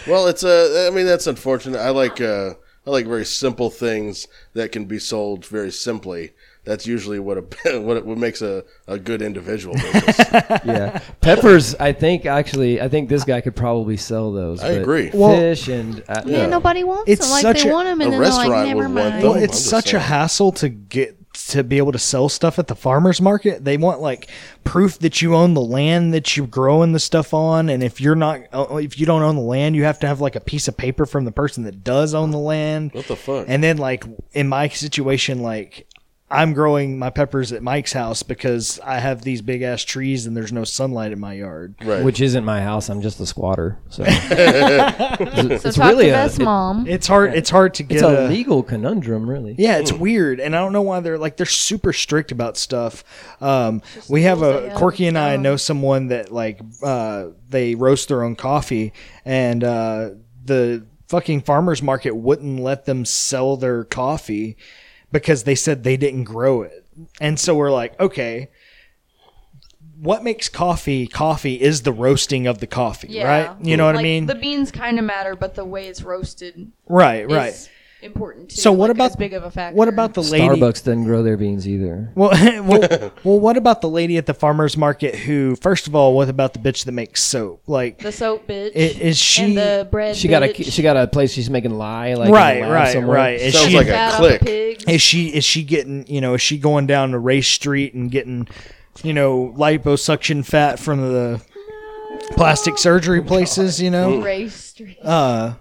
S3: Well, it's Uh, I mean, that's unfortunate. I like. Uh, I like very simple things that can be sold very simply. That's usually what a [laughs] what, what makes a, a good individual. Business.
S2: Yeah, peppers. I think actually, I think this guy could probably sell those.
S3: I
S2: but
S3: agree.
S1: Well-
S2: Fish and uh,
S4: Yeah, nobody wants
S1: It's
S4: them. Like
S1: such
S4: they
S1: a-
S4: want them, and
S3: a
S4: then they're like,
S3: restaurant
S4: never
S3: would want
S4: mind.
S3: them.
S1: Well,
S3: I'm
S1: it's
S3: just
S1: such a
S3: saying.
S1: hassle to get to be able to sell stuff at the farmers market. They want like proof that you own the land that you're growing the stuff on, and if you're not, uh, if you don't own the land, you have to have like a piece of paper from the person that does own the land.
S3: What the fuck?
S1: And then like in my situation, like. I'm growing my peppers at Mike's house because I have these big ass trees and there's no sunlight in my yard.
S3: right.
S2: which isn't my house. I'm just a squatter.
S3: [laughs]
S2: So
S4: So
S2: it's
S4: talk
S2: really
S4: to
S2: a-
S4: best
S2: it-
S4: mom.
S1: It's hard. It's hard to get
S2: it's
S1: a-
S2: a legal conundrum, really.
S1: Yeah, it's weird, and I don't know why they're like they're super strict about stuff. Um, we have a Corky and I know someone that like uh, they roast their own coffee, and uh, the fucking farmers market wouldn't let them sell their coffee because they said they didn't grow it, and so we're like, okay. What makes coffee coffee is the roasting of the coffee,
S4: Yeah.
S1: right? You know what I
S4: Like,
S1: mean?
S4: The beans kind of matter, but the way it's roasted
S1: right,
S4: is
S1: right.
S4: important too.
S1: So what
S4: like,
S1: about
S4: as big of a factor?
S1: What about the lady?
S2: Starbucks doesn't grow their beans either.
S1: Well, [laughs]
S3: [laughs]
S1: well, well, what about the lady at the farmer's market who, first of all, what about the bitch that makes soap? Like,
S4: the soap bitch?
S1: i- is she.
S4: and the bread.
S2: She got a
S4: bitch,
S2: she got a place she's making lie like in a
S1: Right,
S2: lab
S1: right,
S2: somewhere.
S1: right. Is
S3: Sounds
S1: she,
S3: like a
S4: fat off
S3: click.
S4: the pigs.
S1: is she is she getting you know is she going down to race street and getting you know liposuction fat from the plastic
S3: Oh
S1: surgery places? You know,
S4: Race street.
S1: well,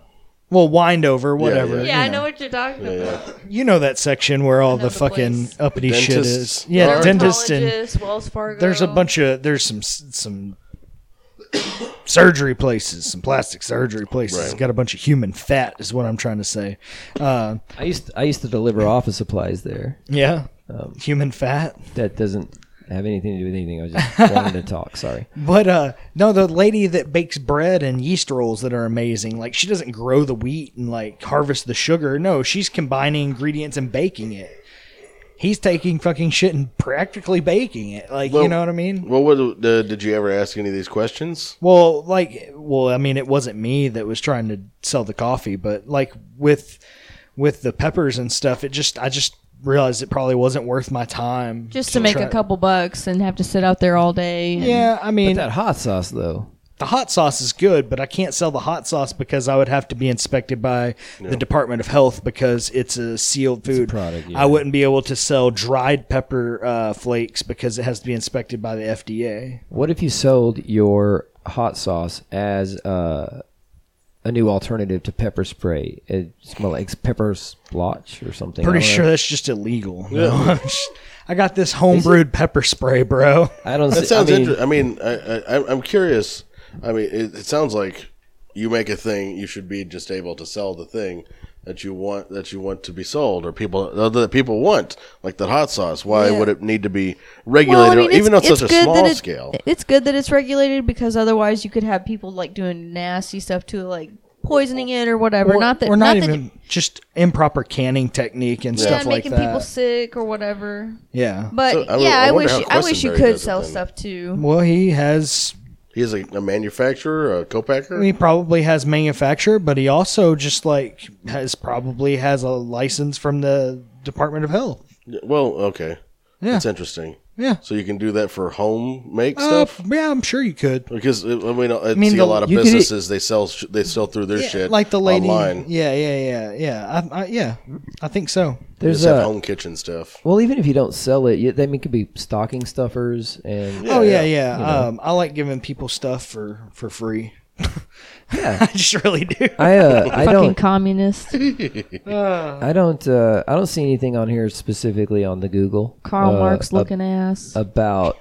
S1: Windover, whatever.
S3: Mm. yeah.
S4: yeah, I
S1: uh, you
S4: know what you're talking about.
S1: You know that section where all the,
S4: the
S1: fucking
S4: place.
S1: uppity shit
S3: Dentists.
S1: is. Yeah,
S3: Dermatologists.
S1: dentist and
S4: Dermatologist, Wells Fargo.
S1: there's a bunch of there's some s- some surgery places, some plastic surgery places.
S3: Right.
S1: Got a bunch of human fat, is what I'm trying to say. Uh,
S2: I used I used to deliver office supplies there.
S1: yeah,
S3: Um,
S1: human fat.
S2: That doesn't have anything to do with anything. I was
S1: [laughs]
S2: just wanted to talk. Sorry.
S1: But uh, no, the lady that bakes bread and yeast rolls that are amazing. Like she doesn't grow the wheat and like harvest the sugar. No, she's combining ingredients and baking it. he's taking fucking shit and practically baking it. Like,
S3: Well-
S1: you know what I mean?
S3: Well, what uh, did you ever ask any of these questions?
S1: Well, like, well, I mean, it wasn't me that was trying to sell the coffee, but like with with the peppers and stuff, it just I just realized it probably wasn't worth my time
S4: Just to make
S1: try-
S4: a couple bucks and have to sit out there all day. and-
S1: Yeah, I
S2: But
S1: mean,
S2: that hot sauce though.
S1: the hot sauce is good, but I can't sell the hot sauce because I would have to be inspected by the Department of Health because it's a sealed food
S2: product, yeah.
S1: I wouldn't be able to sell dried pepper uh, flakes because it has to be inspected by the FDA.
S2: What if you sold your hot sauce as uh, a new alternative to pepper spray? It's more like pepper splotch or something.
S1: Pretty
S2: I don't know.
S1: sure that's just illegal. [laughs] I got this homebrewed pepper spray, bro.
S2: I don't.
S3: That
S2: see-
S3: sounds
S2: I mean,
S3: interesting. I mean, I, I, I'm- I'm curious. I mean, it, it sounds like you make a thing, you should be just able to sell the thing that you want that you want to be sold, or people uh, that people want, like the hot sauce. Why
S4: Yeah.
S3: would it need to be
S4: Well,
S3: regulated,
S4: I mean,
S3: even though it's, such a
S4: good that
S3: small
S4: it-
S3: scale?
S4: It's good that it's regulated because otherwise you could have people like doing nasty stuff to like poisoning it or whatever. not that
S1: or not,
S4: that you-
S1: even just improper canning technique and
S4: yeah,
S1: stuff like
S4: making people
S1: that.
S4: sick or whatever.
S1: yeah.
S4: But
S3: So, I would-
S4: yeah,
S3: I
S4: I,
S3: wonder
S4: wish
S3: how
S4: I wish you
S3: Questenberry
S4: could
S3: does it
S4: sell
S3: then.
S4: stuff too.
S1: well, he has
S3: He's a, a manufacturer, a co-packer.
S1: He probably has manufacturer, but he also just like has probably has a license from the Department of Health.
S3: well, okay,
S1: Yeah.
S3: that's interesting.
S1: Yeah.
S3: So you can do that for home make
S1: Uh,
S3: stuff.
S1: yeah, I'm sure you could.
S3: Because uh, I mean, I,
S1: mean,
S3: see
S1: the-
S3: a lot of
S2: you could-
S3: businesses they sell sh- they sell through their shit
S1: like the lady.
S3: online.
S1: Yeah, yeah, yeah, yeah. I, I, yeah, I think so.
S3: They
S2: there's
S3: just have
S2: a.
S3: home kitchen stuff.
S2: Well, even if you don't sell it, you, I mean, it could be stocking stuffers and
S1: oh yeah, yeah.
S2: You know.
S1: Um, I like giving people stuff for for free. [laughs]
S2: Yeah.
S1: I just really do.
S2: I uh, I
S4: Fucking
S2: don't
S4: [laughs] communist.
S2: I don't uh, I don't see anything on here specifically on the Google
S4: Karl
S2: uh,
S4: Marx
S2: ab-
S4: looking
S1: uh,
S4: ass.
S2: about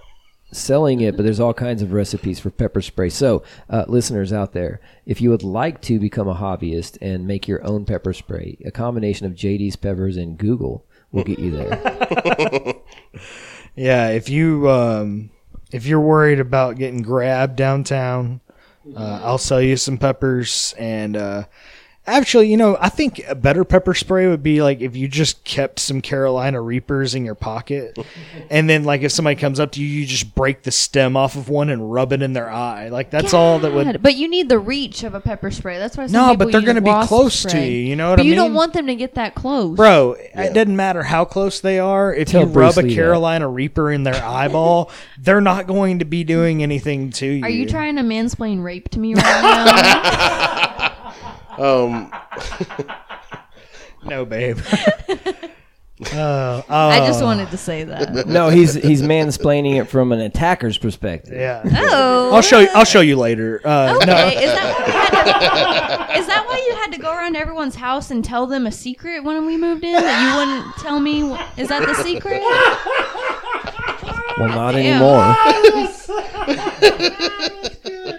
S2: selling it, but there's all kinds of recipes for pepper spray. So, uh, listeners out there, if you would like to become a hobbyist and make your own pepper spray, a combination of JD's peppers and Google will get you there.
S1: Yeah, if you um, if you're worried about getting grabbed downtown, uh, I'll sell you some peppers. And uh, actually, you know, I think a better pepper spray would be like if you just kept some Carolina Reapers in your
S4: [laughs]
S1: pocket, and then like if somebody comes up to you, you just break the stem off of one and rub it in their eye. Like that's all that would.
S4: God, But you need the reach of a pepper spray. That's why. Some
S1: No,
S4: people
S1: but they're
S4: use
S1: gonna be
S4: wasp
S1: close to
S4: spray.
S1: you, you know what
S4: but
S1: I
S4: You don't
S1: mean?
S4: want them to get that close,
S1: Bro, it doesn't matter how close they are. If
S2: Tell
S1: you rub
S2: Bruce Lee
S1: a
S2: that.
S1: Carolina Reaper in
S2: [laughs]
S1: their eyeball, they're not going to be doing anything to you.
S4: Are you trying to mansplain rape to me right
S1: [laughs]
S4: now?
S3: Um,
S1: No,
S4: [laughs]
S1: babe.
S4: I just wanted to
S2: [laughs]
S4: say that.
S2: no, he's he's mansplaining it from an attacker's perspective.
S1: Yeah.
S4: Oh,
S1: I'll show you. I'll show you later. Uh,
S4: Okay,
S1: No,
S4: is, that why you had to, is that why you had to go around to everyone's house and tell them a secret when we moved in that you wouldn't tell me? wh- Is that the secret?
S2: Well, not
S4: Damn.
S2: anymore.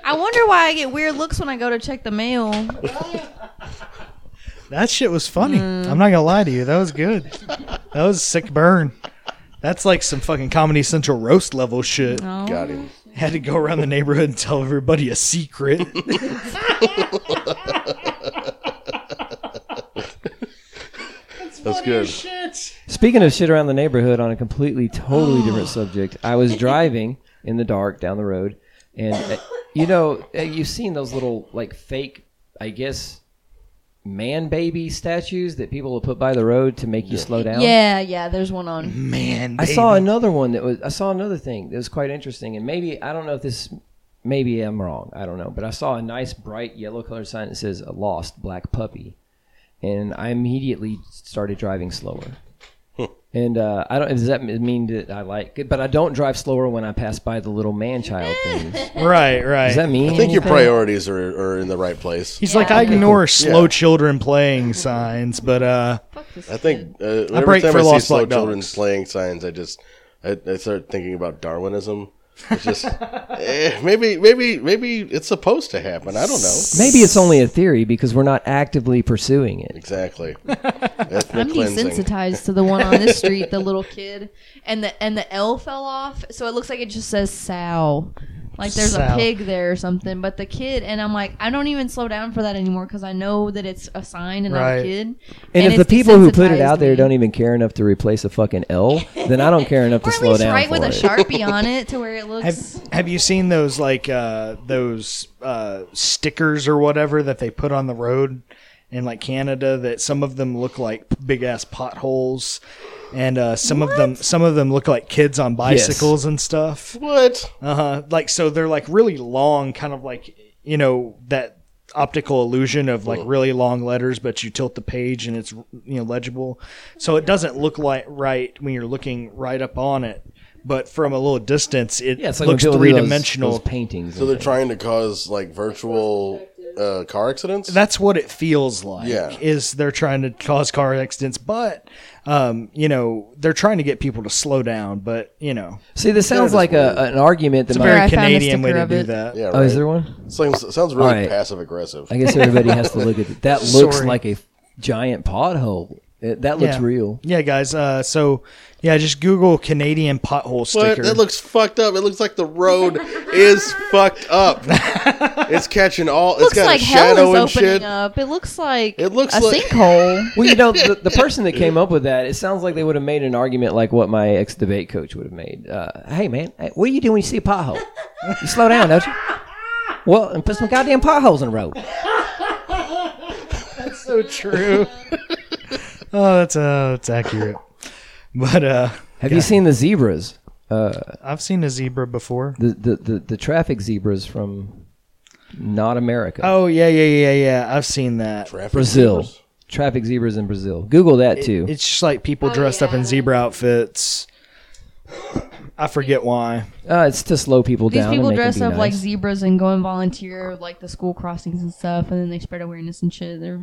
S4: I wonder why I get weird looks when I go to check the mail.
S1: that shit was funny. I'm not gonna lie to you. That was good. That was a sick burn. That's like some fucking Comedy Central roast level shit.
S3: got him.
S1: Had to go around the neighborhood and tell everybody a
S2: [laughs]
S1: secret.
S3: That's good.
S2: Speaking of shit around the neighborhood on a completely, totally different subject, I was driving in the dark down the road, and uh, you know, uh, you've seen those little, like, fake, I guess, man baby statues that people will put by the road to make you slow down.
S4: Yeah, yeah. There's one on.
S1: Man,
S2: I
S1: baby.
S2: saw another one that was, I saw another thing that was quite interesting, and maybe, I don't know if this, maybe I'm wrong, I don't know, but I saw a nice, bright, yellow colored sign that says, a lost black puppy, and I immediately started driving slower. And uh, I don't. Does that mean that I like? it? But I don't drive slower when I pass by the little man child things.
S1: Right, right.
S2: Does that mean?
S3: I think your
S2: anything?
S3: priorities are, are in the right place.
S1: He's like, I ignore slow
S3: Yeah.
S1: children playing signs, but uh,
S3: I think uh, every
S1: break
S3: time
S1: for
S3: I see
S1: lost
S3: slow
S1: black dogs.
S3: children playing signs, I just I, I start thinking
S1: [laughs]
S3: about Darwinism. It's just eh, maybe maybe maybe it's supposed to happen. I don't know
S1: [laughs]
S2: Maybe it's only a theory because we're not actively pursuing
S1: [laughs]
S2: it.
S3: exactly. Ethnic
S4: I'm
S3: cleansing.
S4: desensitized to the one on this street, the little kid, and the and the L fell off, so it looks like it just says sow. Like there's a
S1: Sal.
S4: pig there or something, but the kid and I'm like I don't even slow down for that anymore because I know that it's a sign and not
S1: Right.
S4: a kid. And,
S2: And, if the
S4: it's
S2: people who put it out
S4: desensitized
S2: there
S4: me.
S2: don't even care enough to replace a fucking L, then I don't care enough
S4: [laughs] or
S2: to
S4: at
S2: slow
S4: least
S2: down
S4: write
S2: for
S4: with a
S2: it. [laughs]
S4: sharpie on it to where it looks.
S1: Have Have you seen those like uh, those uh, stickers or whatever that they put on the road in like Canada? That some of them look like big ass potholes, and uh, some of them some of them look like kids on bicycles and stuff.
S3: What?
S1: Uh huh. Like so, they're like really long, kind of like you know that optical illusion of like really long letters, but you tilt the page and it's you know legible, so it doesn't look like right when you're looking right up on it. But from a little distance, it
S2: Yeah, it's like when
S1: looks
S2: people do
S1: three
S2: those-
S1: dimensional.
S2: those paintings.
S3: So they're trying to cause like virtual uh, car accidents.
S1: That's what it feels like.
S3: Yeah.
S1: Is they're trying to cause car accidents, but um, you know they're trying to get people to slow down. But you know,
S2: See, this sounds like a, an argument that
S1: it's a
S2: my,
S1: very
S4: I found a
S1: Canadian way
S4: sticker
S1: to
S4: of
S1: do
S4: it.
S1: that.
S3: yeah, right.
S2: oh, is there one?
S3: sounds, sounds really
S2: Alright.
S3: passive aggressive.
S2: I
S1: [laughs]
S2: guess everybody has to look at it. That looks
S1: Sorry.
S2: like a giant pothole. It, that looks
S1: yeah.
S2: real.
S1: Yeah, guys. Uh, so yeah, just Google Canadian pothole
S3: What?
S1: sticker.
S3: That looks fucked up. It looks like the road is fucked up. It's catching all. It's
S4: looks
S3: got
S4: like
S3: a
S4: hell
S3: shadow
S4: is
S3: and
S4: opening
S3: shit.
S4: up. It looks like
S3: It looks
S4: a
S3: like- [laughs]
S4: sinkhole.
S2: Well, you know, the, [laughs] the person that came up with that, it sounds like they would have made an argument like what my ex debate coach would have made. Uh, hey, man, hey, what do you do when you see a pothole? You slow down, don't you? Well, and put some goddamn potholes in the road.
S1: so true. [laughs] oh, that's uh, that's accurate. But uh,
S2: Have you seen the zebras?
S1: I've seen a zebra before.
S2: The, the, the, the traffic zebras from not America.
S1: Oh yeah, yeah, yeah, yeah. I've seen that.
S2: Brazil. Traffic zebras in Brazil. Google that too.
S1: It's just like people dressed up in zebra outfits. I forget why.
S2: uh, it's to slow people
S4: These
S2: down.
S4: people
S2: and make them
S4: dress
S2: be
S4: up
S2: nice.
S4: like zebras and go and volunteer like the school crossings and stuff, and then they spread awareness and shit. They're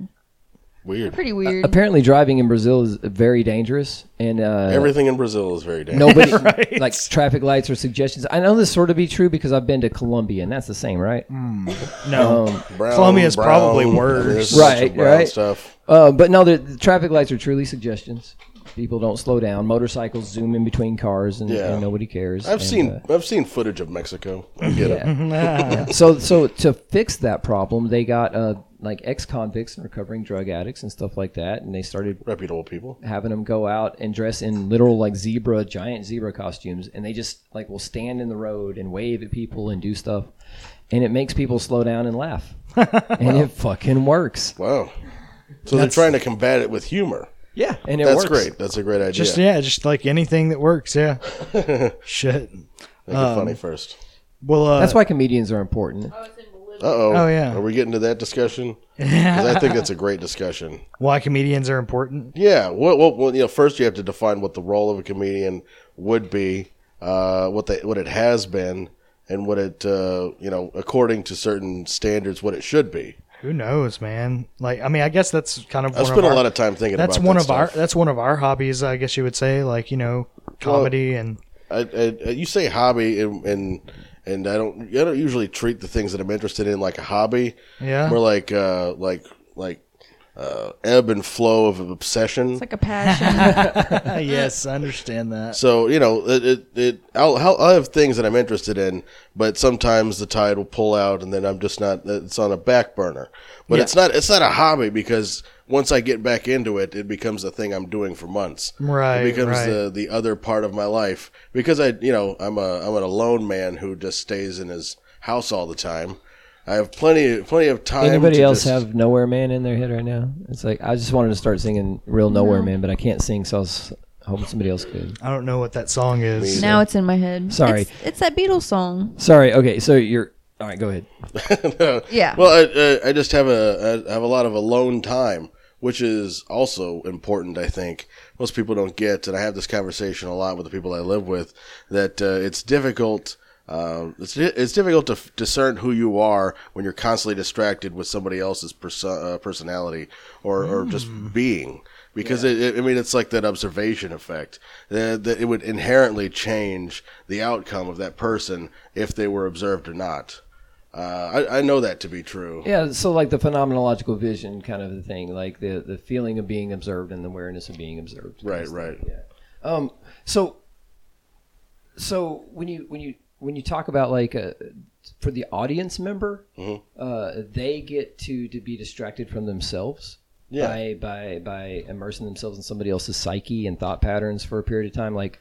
S3: Weird.
S4: pretty weird.
S2: Apparently, driving in Brazil is very dangerous, and uh,
S3: [laughs] Everything in Brazil is very dangerous. [laughs]
S2: nobody like traffic lights or suggestions. I know this sort of be true because I've been to Colombia, and that's the same, right?
S3: Mm.
S1: No.
S3: Brown,
S1: Columbia's
S3: brown,
S1: probably
S3: I mean,
S1: worse.
S3: there's a bunch of
S2: Right,
S3: brown
S2: right.
S3: Stuff.
S2: Uh, but no, the, the traffic lights are truly suggestions. People don't slow down. Motorcycles zoom in between cars, and,
S3: Yeah.
S2: and nobody cares.
S3: I've
S2: And,
S3: seen [laughs]
S2: uh,
S3: I've seen footage of Mexico. I get
S4: [laughs]
S3: it.
S2: so so to fix that problem, they got uh, like ex convicts and recovering drug addicts and stuff like that, and they started
S3: Reputable people.
S2: having them go out and dress in literal like zebra, giant zebra costumes, and they just like will stand in the road and wave at people and do stuff, and it makes people slow down and [laughs] laugh, and it fucking works.
S3: Wow. So they're trying to combat it with humor.
S2: Yeah, and it
S3: That's
S2: works.
S3: great. That's a great idea.
S1: Just yeah. just like anything that works, [laughs] yeah. Shit.
S3: Make it funny first.
S1: Well, uh,
S2: That's why comedians are important.
S3: Uh oh.
S1: Oh, yeah.
S3: Are we getting to that discussion? 'Cause I think that's a great discussion.
S1: why comedians are important.
S3: Yeah. Well, well, well, you know, first you have to define what the role of a comedian would be, uh, what they, what it has been, and what it, uh, you know, according to certain standards, what it should be.
S1: Who knows, man? Like, I mean, I guess that's kind of.
S3: I
S1: one
S3: spent
S1: of
S3: a
S1: our-
S3: lot of time thinking
S1: That's
S3: about
S1: one
S3: that
S1: of our.
S3: stuff.
S1: That's one of our hobbies, I guess you would say. Like, you know, comedy
S3: [laughs]
S1: and
S3: I, I, I- you say hobby, and, and and I don't, I don't usually treat the things that I'm interested in like a hobby.
S1: Yeah.
S3: More like, uh, like, like. Uh, ebb and flow of obsession.
S4: It's like
S2: [laughs]
S4: a passion.
S3: uh,
S1: Ah, yes, I understand that.
S3: So you know, it it, it I'll, I'll I'll have things that I'm interested in, but sometimes the tide will pull out, and then I'm just not. It's on a back burner. But it's not it's not a hobby because once I get back into it, it becomes a thing I'm doing for months.
S1: Right,
S3: It becomes
S1: right.
S3: the the other part of my life because I you know I'm a I'm an alone man who just stays in his house all the time. I have plenty plenty of time.
S2: Anybody
S3: to
S2: else
S3: just-
S2: have Nowhere Man in their head right now? It's like I just wanted to start singing real Nowhere Man, but I can't sing, so I was hoping somebody else could.
S1: [laughs] I don't know what that song is.
S4: [laughs] now it's in my head.
S2: Sorry.
S4: it's, it's that Beatles song.
S2: Sorry. Okay, so you're all right. Go ahead.
S3: [laughs]
S4: Yeah,
S3: Well, I, I, I just have a I have a lot of alone time, which is also important. I think most people don't get, and I have this conversation a lot with the people I live with that uh, it's difficult. Um, it's di- it's difficult to f- discern who you are when you're constantly distracted with somebody else's perso- uh, personality or or just being because it, it, I mean it's like that observation effect that, that it would inherently change the outcome of that person if they were observed or not. Uh, I, I know that to be true.
S2: Yeah, so like the phenomenological vision kind of the thing, like the the feeling of being observed and the awareness of being observed.
S3: Right, right.
S2: Um so so when you when you when you talk about like a, for the audience member,
S3: Mm-hmm.
S2: uh, they get to to be distracted from themselves
S3: Yeah.
S2: by by by immersing themselves in somebody else's psyche and thought patterns for a period of time. Like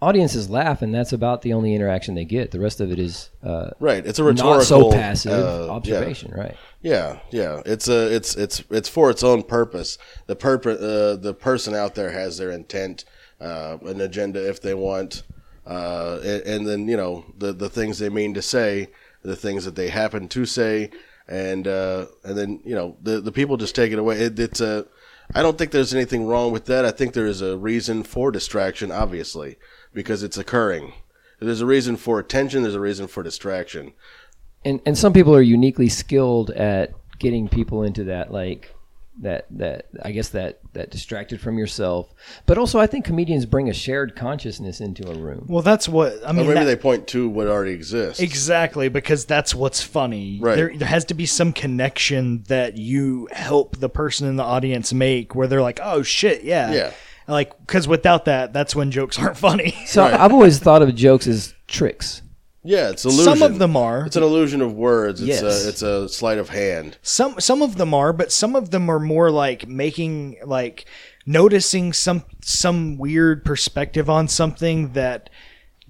S2: audiences laugh, and that's about the only interaction they get. The rest of it is uh,
S3: Right. It's a rhetorical
S2: not so passive
S3: uh, yeah.
S2: observation, right?
S3: Yeah, yeah. It's a it's it's it's for its own purpose. The purpose uh, the person out there has their intent, uh, an agenda if they want, uh, and, and then you know the the things they mean to say, the things that they happen to say, and uh, and then you know the the people just take it away. It, it's a I don't think there's anything wrong with that. I think there is a reason for distraction, obviously, because it's occurring. There's a reason for attention. There's a reason for distraction.
S2: and and some people are uniquely skilled at getting people into that like that that I guess that that distracted from yourself. But also I think comedians bring a shared consciousness into a room.
S1: Well, that's what I
S3: Or
S1: mean.
S3: Oh, maybe
S1: that-
S3: they point to what already exists.
S1: Exactly, because that's what's funny.
S3: Right.
S1: There, there has to be some connection that you help the person in the audience make where they're like, oh shit, yeah.
S3: Yeah.
S1: Like, because without that, that's when jokes aren't funny.
S2: So I've always thought of jokes as tricks.
S3: Yeah, it's illusion.
S1: Some of them are.
S3: It's an illusion of words. It's
S2: Yes.
S3: a it's a sleight of hand.
S1: Some some of them are, but some of them are more like making like noticing some some weird perspective on something that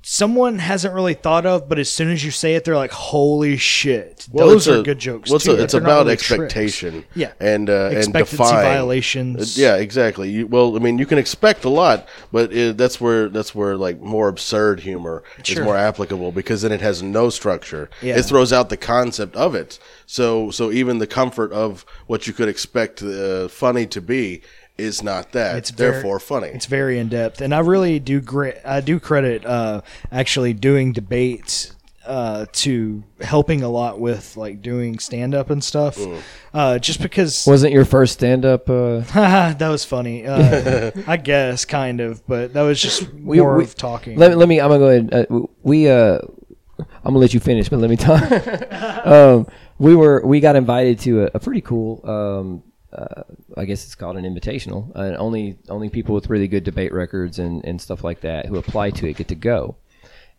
S1: someone hasn't really thought of, but as soon as you say it, they're like, "Holy shit!" Those
S3: it's
S1: are
S3: a-
S1: good jokes.
S3: well, it's
S1: too,
S3: a-
S1: but
S3: it's
S1: they're not
S3: about
S1: really
S3: expectation.
S1: tricks. Yeah,
S3: and uh, and
S1: expectancy
S3: defying
S1: violations.
S3: Uh, yeah, exactly. You, well, I mean, you can expect a lot, but it, that's where that's where like more absurd humor
S1: Sure.
S3: is more applicable because then it has no structure.
S1: Yeah.
S3: It throws out the concept of it. So so even the comfort of what you could expect uh, funny to be is not that. It's
S1: very-
S3: therefore funny.
S1: It's very in depth, and I really do. Gri- I do credit uh, actually doing debates uh, to helping a lot with like doing stand up and stuff. Uh, just because
S2: Wasn't your first stand up uh
S1: [laughs] that was funny. Uh, I guess kind of, but that was just
S2: [laughs]
S1: more of talking.
S2: Let, me- let me I'm going to go ahead uh, we uh I'm going to let you finish, but let me talk. um we were we got invited to a, a pretty cool um uh, I guess it's called an invitational. Uh, only only people with really good debate records and, and stuff like that who apply to it get to go.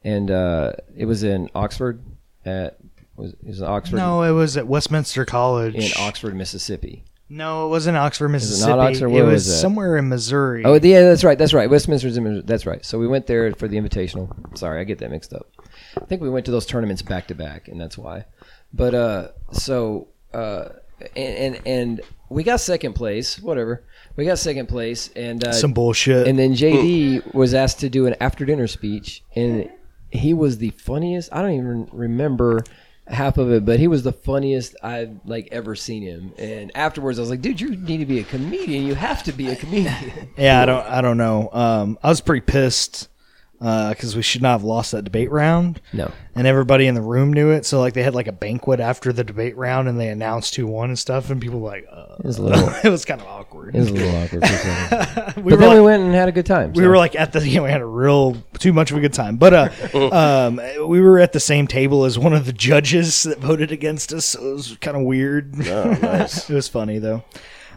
S2: And uh, it was in Oxford at was it was in Oxford
S1: no, it was at Westminster College.
S2: in Oxford, Mississippi.
S1: no, it wasn't Oxford, Mississippi. It,
S2: Oxford? Where
S1: was,
S2: was that?
S1: somewhere in Missouri.
S2: Oh, yeah, that's right. That's right. Westminster's in Missouri. That's right. So we went there for the invitational. Sorry, I get that mixed up. I think we went to those tournaments back to back, and that's why. But uh, so uh, and, and and we got second place. Whatever. We got second place, and uh,
S1: some bullshit.
S2: and then JD was asked to do an after dinner speech, and he was the funniest. I don't even remember half of it, but he was the funniest I've like ever seen him. And afterwards, I was like, dude, you need to be a comedian. You have to be a comedian.
S1: Yeah, I don't. I don't know. Um, I was pretty pissed because we should not have lost that debate round.
S2: No.
S1: and everybody in the room knew it. So like they had like a banquet after the debate round, and they announced who won and stuff, and people were like, uh.
S2: It was a little,
S1: [laughs] it was kind of awkward.
S2: it was a little awkward. For a second.
S3: [laughs]
S1: we
S2: but
S1: were
S2: then we
S1: like,
S2: went and had a good time.
S1: we
S2: so.
S1: were like at the [laughs] you know we had a real too much of a good time, but
S2: [laughs]
S1: uh, um, we were at the same table as one of the judges that voted against us. So it was kind of weird.
S2: Oh,
S1: [laughs] it was funny though.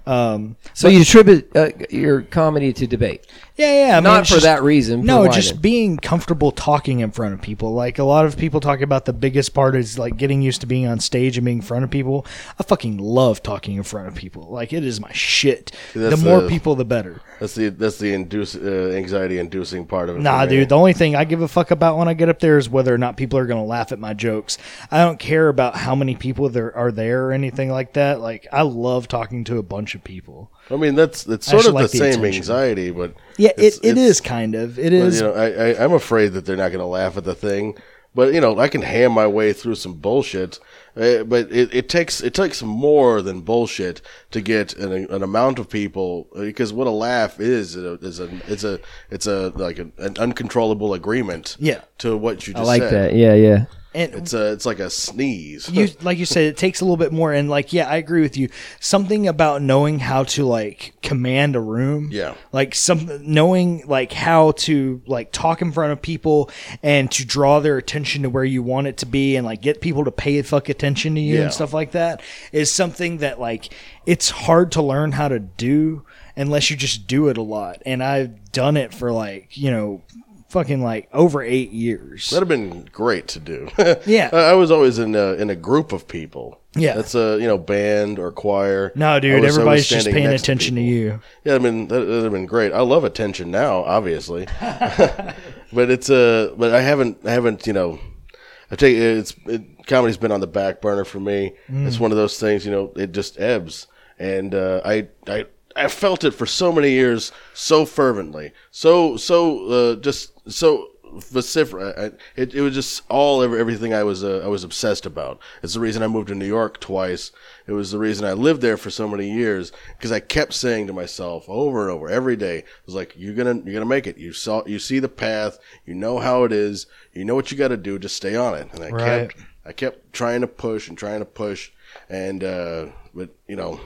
S1: Um,
S2: so you attribute uh, your comedy to debate,
S1: yeah, yeah. I mean,
S2: not
S1: it's
S2: for
S1: just-
S2: that reason.
S1: No,
S2: provided.
S1: just being comfortable talking in front of people. Like a lot of people talk about the biggest part is like getting used to being on stage and being in front of people. I fucking love talking in front of people. Like it is my shit. The
S3: That's
S1: more
S3: a-
S1: people, the better.
S3: That's the that's the induce uh, anxiety inducing part of it.
S1: Nah,
S3: for me.
S1: dude. The only thing I give a fuck about when I get up there is whether or not people are going to laugh at my jokes. I don't care about how many people there are there or anything like that. Like I love talking to a bunch of people.
S3: I mean, that's it's
S1: I
S3: sort
S1: just
S3: of
S1: like the
S3: the, same
S1: attention.
S3: anxiety, but
S1: Yeah,
S3: it's-
S1: it, it
S3: it's-
S1: is kind of. It is.
S3: You know, I, I I'm afraid that they're not going to laugh at the thing, but you know, I can ham my way through some bullshit. Uh, but it, it takes it takes more than bullshit to get an, an amount of people uh, because what a laugh is uh, is a it's a it's a like an, an uncontrollable agreement.
S1: Yeah.
S3: to what you
S2: I
S3: just
S2: like
S3: said.
S2: that. Yeah, yeah.
S1: and
S3: It's a it's like a sneeze.
S1: you like you said it takes a little bit more and like yeah i agree with you something about knowing how to like command a room
S3: Yeah.
S1: like some knowing like how to like talk in front of people and to draw their attention to where you want it to be and like get people to pay fuck attention to you
S3: Yeah.
S1: and stuff like that is something that like it's hard to learn how to do unless you just do it a lot and i've done it for like you know fucking like over eight years.
S3: That'd have been great to do. [laughs]
S1: Yeah.
S3: I I was always in a, in a group of people.
S1: Yeah.
S3: that's a you know band or choir.
S1: No,
S3: I
S1: dude,
S3: was always
S1: everybody's just
S3: standing
S1: paying
S3: next
S1: attention to
S3: people.
S1: you.
S3: Yeah, I mean that would have been great. I love attention now, obviously, [laughs] but it's uh, but I haven't I haven't you know, I take it's it, comedy's been on the back burner for me. It's one of those things you know it just ebbs, and uh, I I I felt it for so many years, so fervently, so so uh, just so vociferous. I, it, it was just all over everything I was uh, I was obsessed about. It's the reason I moved to New York twice. It was the reason I lived there for so many years because I kept saying to myself over and over every day, "I was like, you're gonna you're gonna make it. You saw you see the path. You know how it is. You know what you got to do. Just stay on it." And I
S1: Right.
S3: kept I kept trying to push and trying to push, and uh, but you know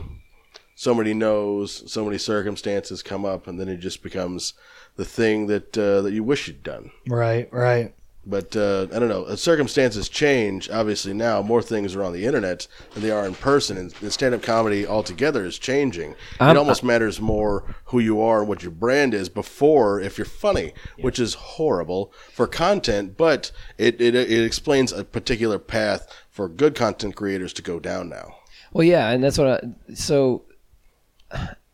S3: so many no's, so many circumstances come up, and then it just becomes the thing that uh, that you wish you'd done.
S1: Right, right.
S3: But uh, I don't know. uh, Circumstances change. Obviously, now more things are on the internet than they are in person, and, and stand-up comedy altogether is changing.
S2: Um,
S3: it almost matters more who you are and what your brand is before if you're funny, which is horrible for content, but it, it it explains a particular path for good content creators to go down now.
S2: Well, yeah, and that's what I. So,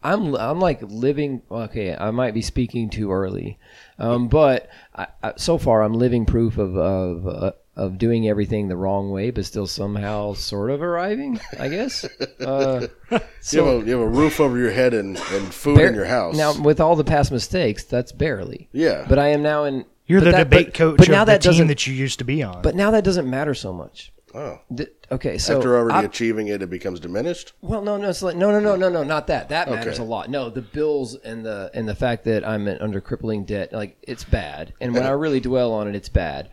S2: I'm I'm like living. Okay, I might be speaking too early, um, but I, I, so far I'm living proof of of uh, of doing everything the wrong way, but still somehow sort of arriving. I
S3: [laughs]
S2: guess. Uh,
S3: You
S2: so
S3: have, a, you have a roof over your head and, and food in
S2: bar-
S3: your house.
S2: now with all the past mistakes, that's barely.
S3: Yeah.
S2: but I am now in.
S1: You're
S2: but
S1: the
S2: that- but-
S1: debate coach
S2: but
S1: of
S2: now
S1: the
S2: that
S1: team
S2: doesn't.
S1: that you used to be on.
S2: but now that doesn't matter so much.
S3: Oh.
S2: Th- okay, so
S3: After already
S2: I-
S3: achieving it, it becomes diminished.
S2: Well, no, no, it's like, no, no, no, no, no, not that. That matters
S3: Okay.
S2: a lot. No, the bills and the and the fact that I'm in- under crippling debt, like it's bad. And when I really dwell on it, it's bad.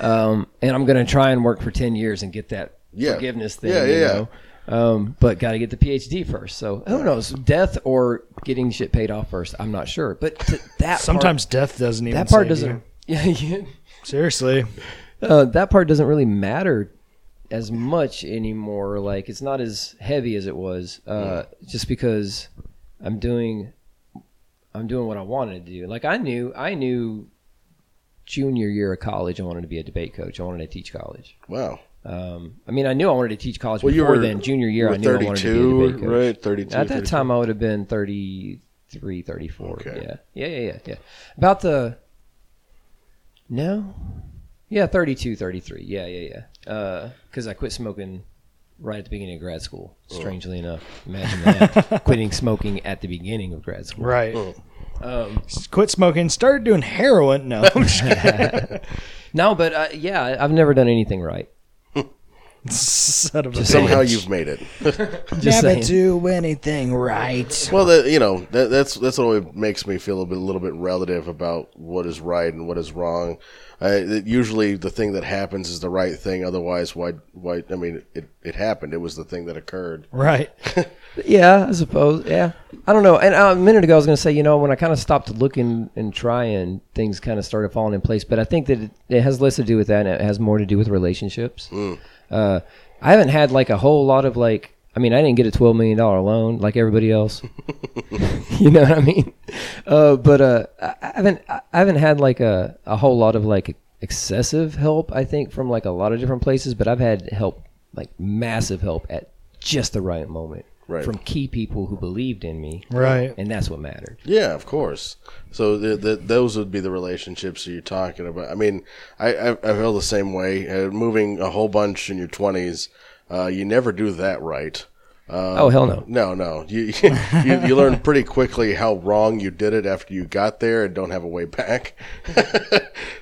S2: um, and I'm gonna try and work for ten years and get that
S3: Yeah.
S2: forgiveness thing.
S3: Yeah,
S2: you
S3: yeah, yeah.
S2: know? Um, but got to get the PhD first. So who knows, death or getting shit paid off first? I'm not sure. But to that
S1: Sometimes death doesn't even
S2: part, that part
S1: save
S2: doesn't.
S1: you.
S2: [laughs] Yeah, yeah
S1: Seriously.
S2: uh, that part doesn't really matter as much anymore. Like it's not as heavy as it was, uh, just because I'm doing I'm doing what I wanted to do. Like I knew I knew junior year of college, I wanted to be a debate coach. I wanted to teach college.
S3: Wow.
S2: Um, I mean, I knew I wanted to teach college
S3: Well, you
S2: before
S3: were-
S2: then. Junior
S3: you
S2: year,
S3: were
S2: I knew I wanted to be a
S3: 32,
S2: debate coach.
S3: right? 32,
S2: At that
S3: 33.
S2: time, I would have been 33, 34.
S3: Okay.
S2: Yeah. Yeah, yeah, yeah, yeah. About the. No? Yeah, 32, 33. Yeah, yeah, yeah. Because I quit smoking right at the beginning of grad school, strangely enough. Imagine that. Quitting smoking at the beginning of grad school.
S1: Right. Um,
S3: Um,
S1: S- Quit smoking, started doing heroin. No. I'm
S2: [laughs]
S1: just kidding.
S2: No, but uh, yeah, I- I've never done anything right.
S1: Son of a
S2: Just
S1: bitch.
S3: Somehow
S2: Bitch.
S3: you've made it.
S2: Just saying.
S1: do anything right.
S3: well, that, you know that, that's that's what always makes me feel a bit, little bit relative about what is right and what is wrong. I, it, usually, the thing that happens is the right thing. Otherwise, why? Why? I mean, it, it happened. It was the thing that occurred.
S1: Right.
S2: Yeah, I suppose. Yeah, I don't know. And uh, a minute ago, I was going to say, you know, when I kind of stopped looking and trying, things kind of started falling in place. But I think that it, it has less to do with that, and it has more to do with relationships. Uh, I haven't had like a whole lot of like. I mean, I didn't get a twelve million dollar loan like everybody else. [laughs] you know what I mean? Uh, but uh, I I haven't I haven't had like a, a whole lot of like excessive help. I think from like a lot of different places, but I've had help like massive help at just the right moment
S3: Right.
S2: from key people who believed in me,
S1: Right.
S2: and that's what mattered.
S3: Yeah, of course. So the, the, those would be the relationships that you're talking about. I mean, I I, I feel the same way. Uh, moving a whole bunch in your twenties, uh, you never do that right.
S2: oh hell no!
S3: No, no. You, [laughs] you you learn pretty quickly how wrong you did it after you got there and don't have a way back. [laughs]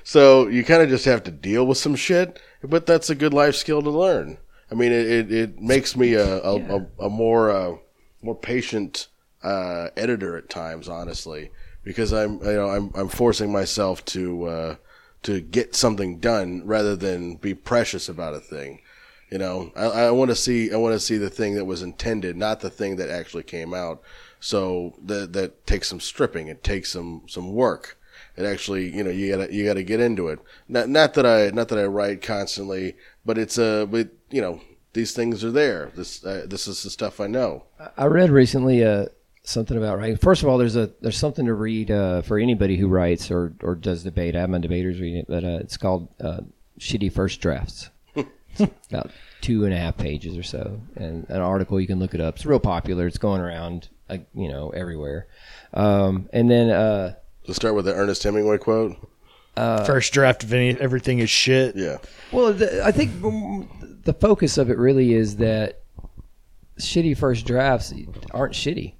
S3: so you kind of just have to deal with some shit, but that's a good life skill to learn. I mean, it, it, it makes me a, a, a, a more uh, more patient uh, editor at times, honestly, because I'm you know I'm I'm forcing myself to uh, to get something done rather than be precious about a thing. You know, I, I want to see I want to see the thing that was intended, not the thing that actually came out. So that that takes some stripping. It takes some some work. It actually, you know, you gotta you gotta get into it. Not not that I not that I write constantly, but it's a but you know these things are there. This uh, this is the stuff I know.
S2: I read recently uh, something about writing. First of all, there's a there's something to read uh, for anybody who writes or or does debate. I have my debaters reading it, but uh, it's called uh, "Shitty First Drafts." it's about two and a half pages or so, and an article you can look it up. It's real popular. It's going around, uh, you know, everywhere. Um, and then. Uh,
S3: Let's start with the Ernest Hemingway quote.
S1: First draft of any everything is shit.
S3: Uh, Yeah.
S2: Well, the, I think mm, the focus of it really is that shitty first drafts aren't shitty.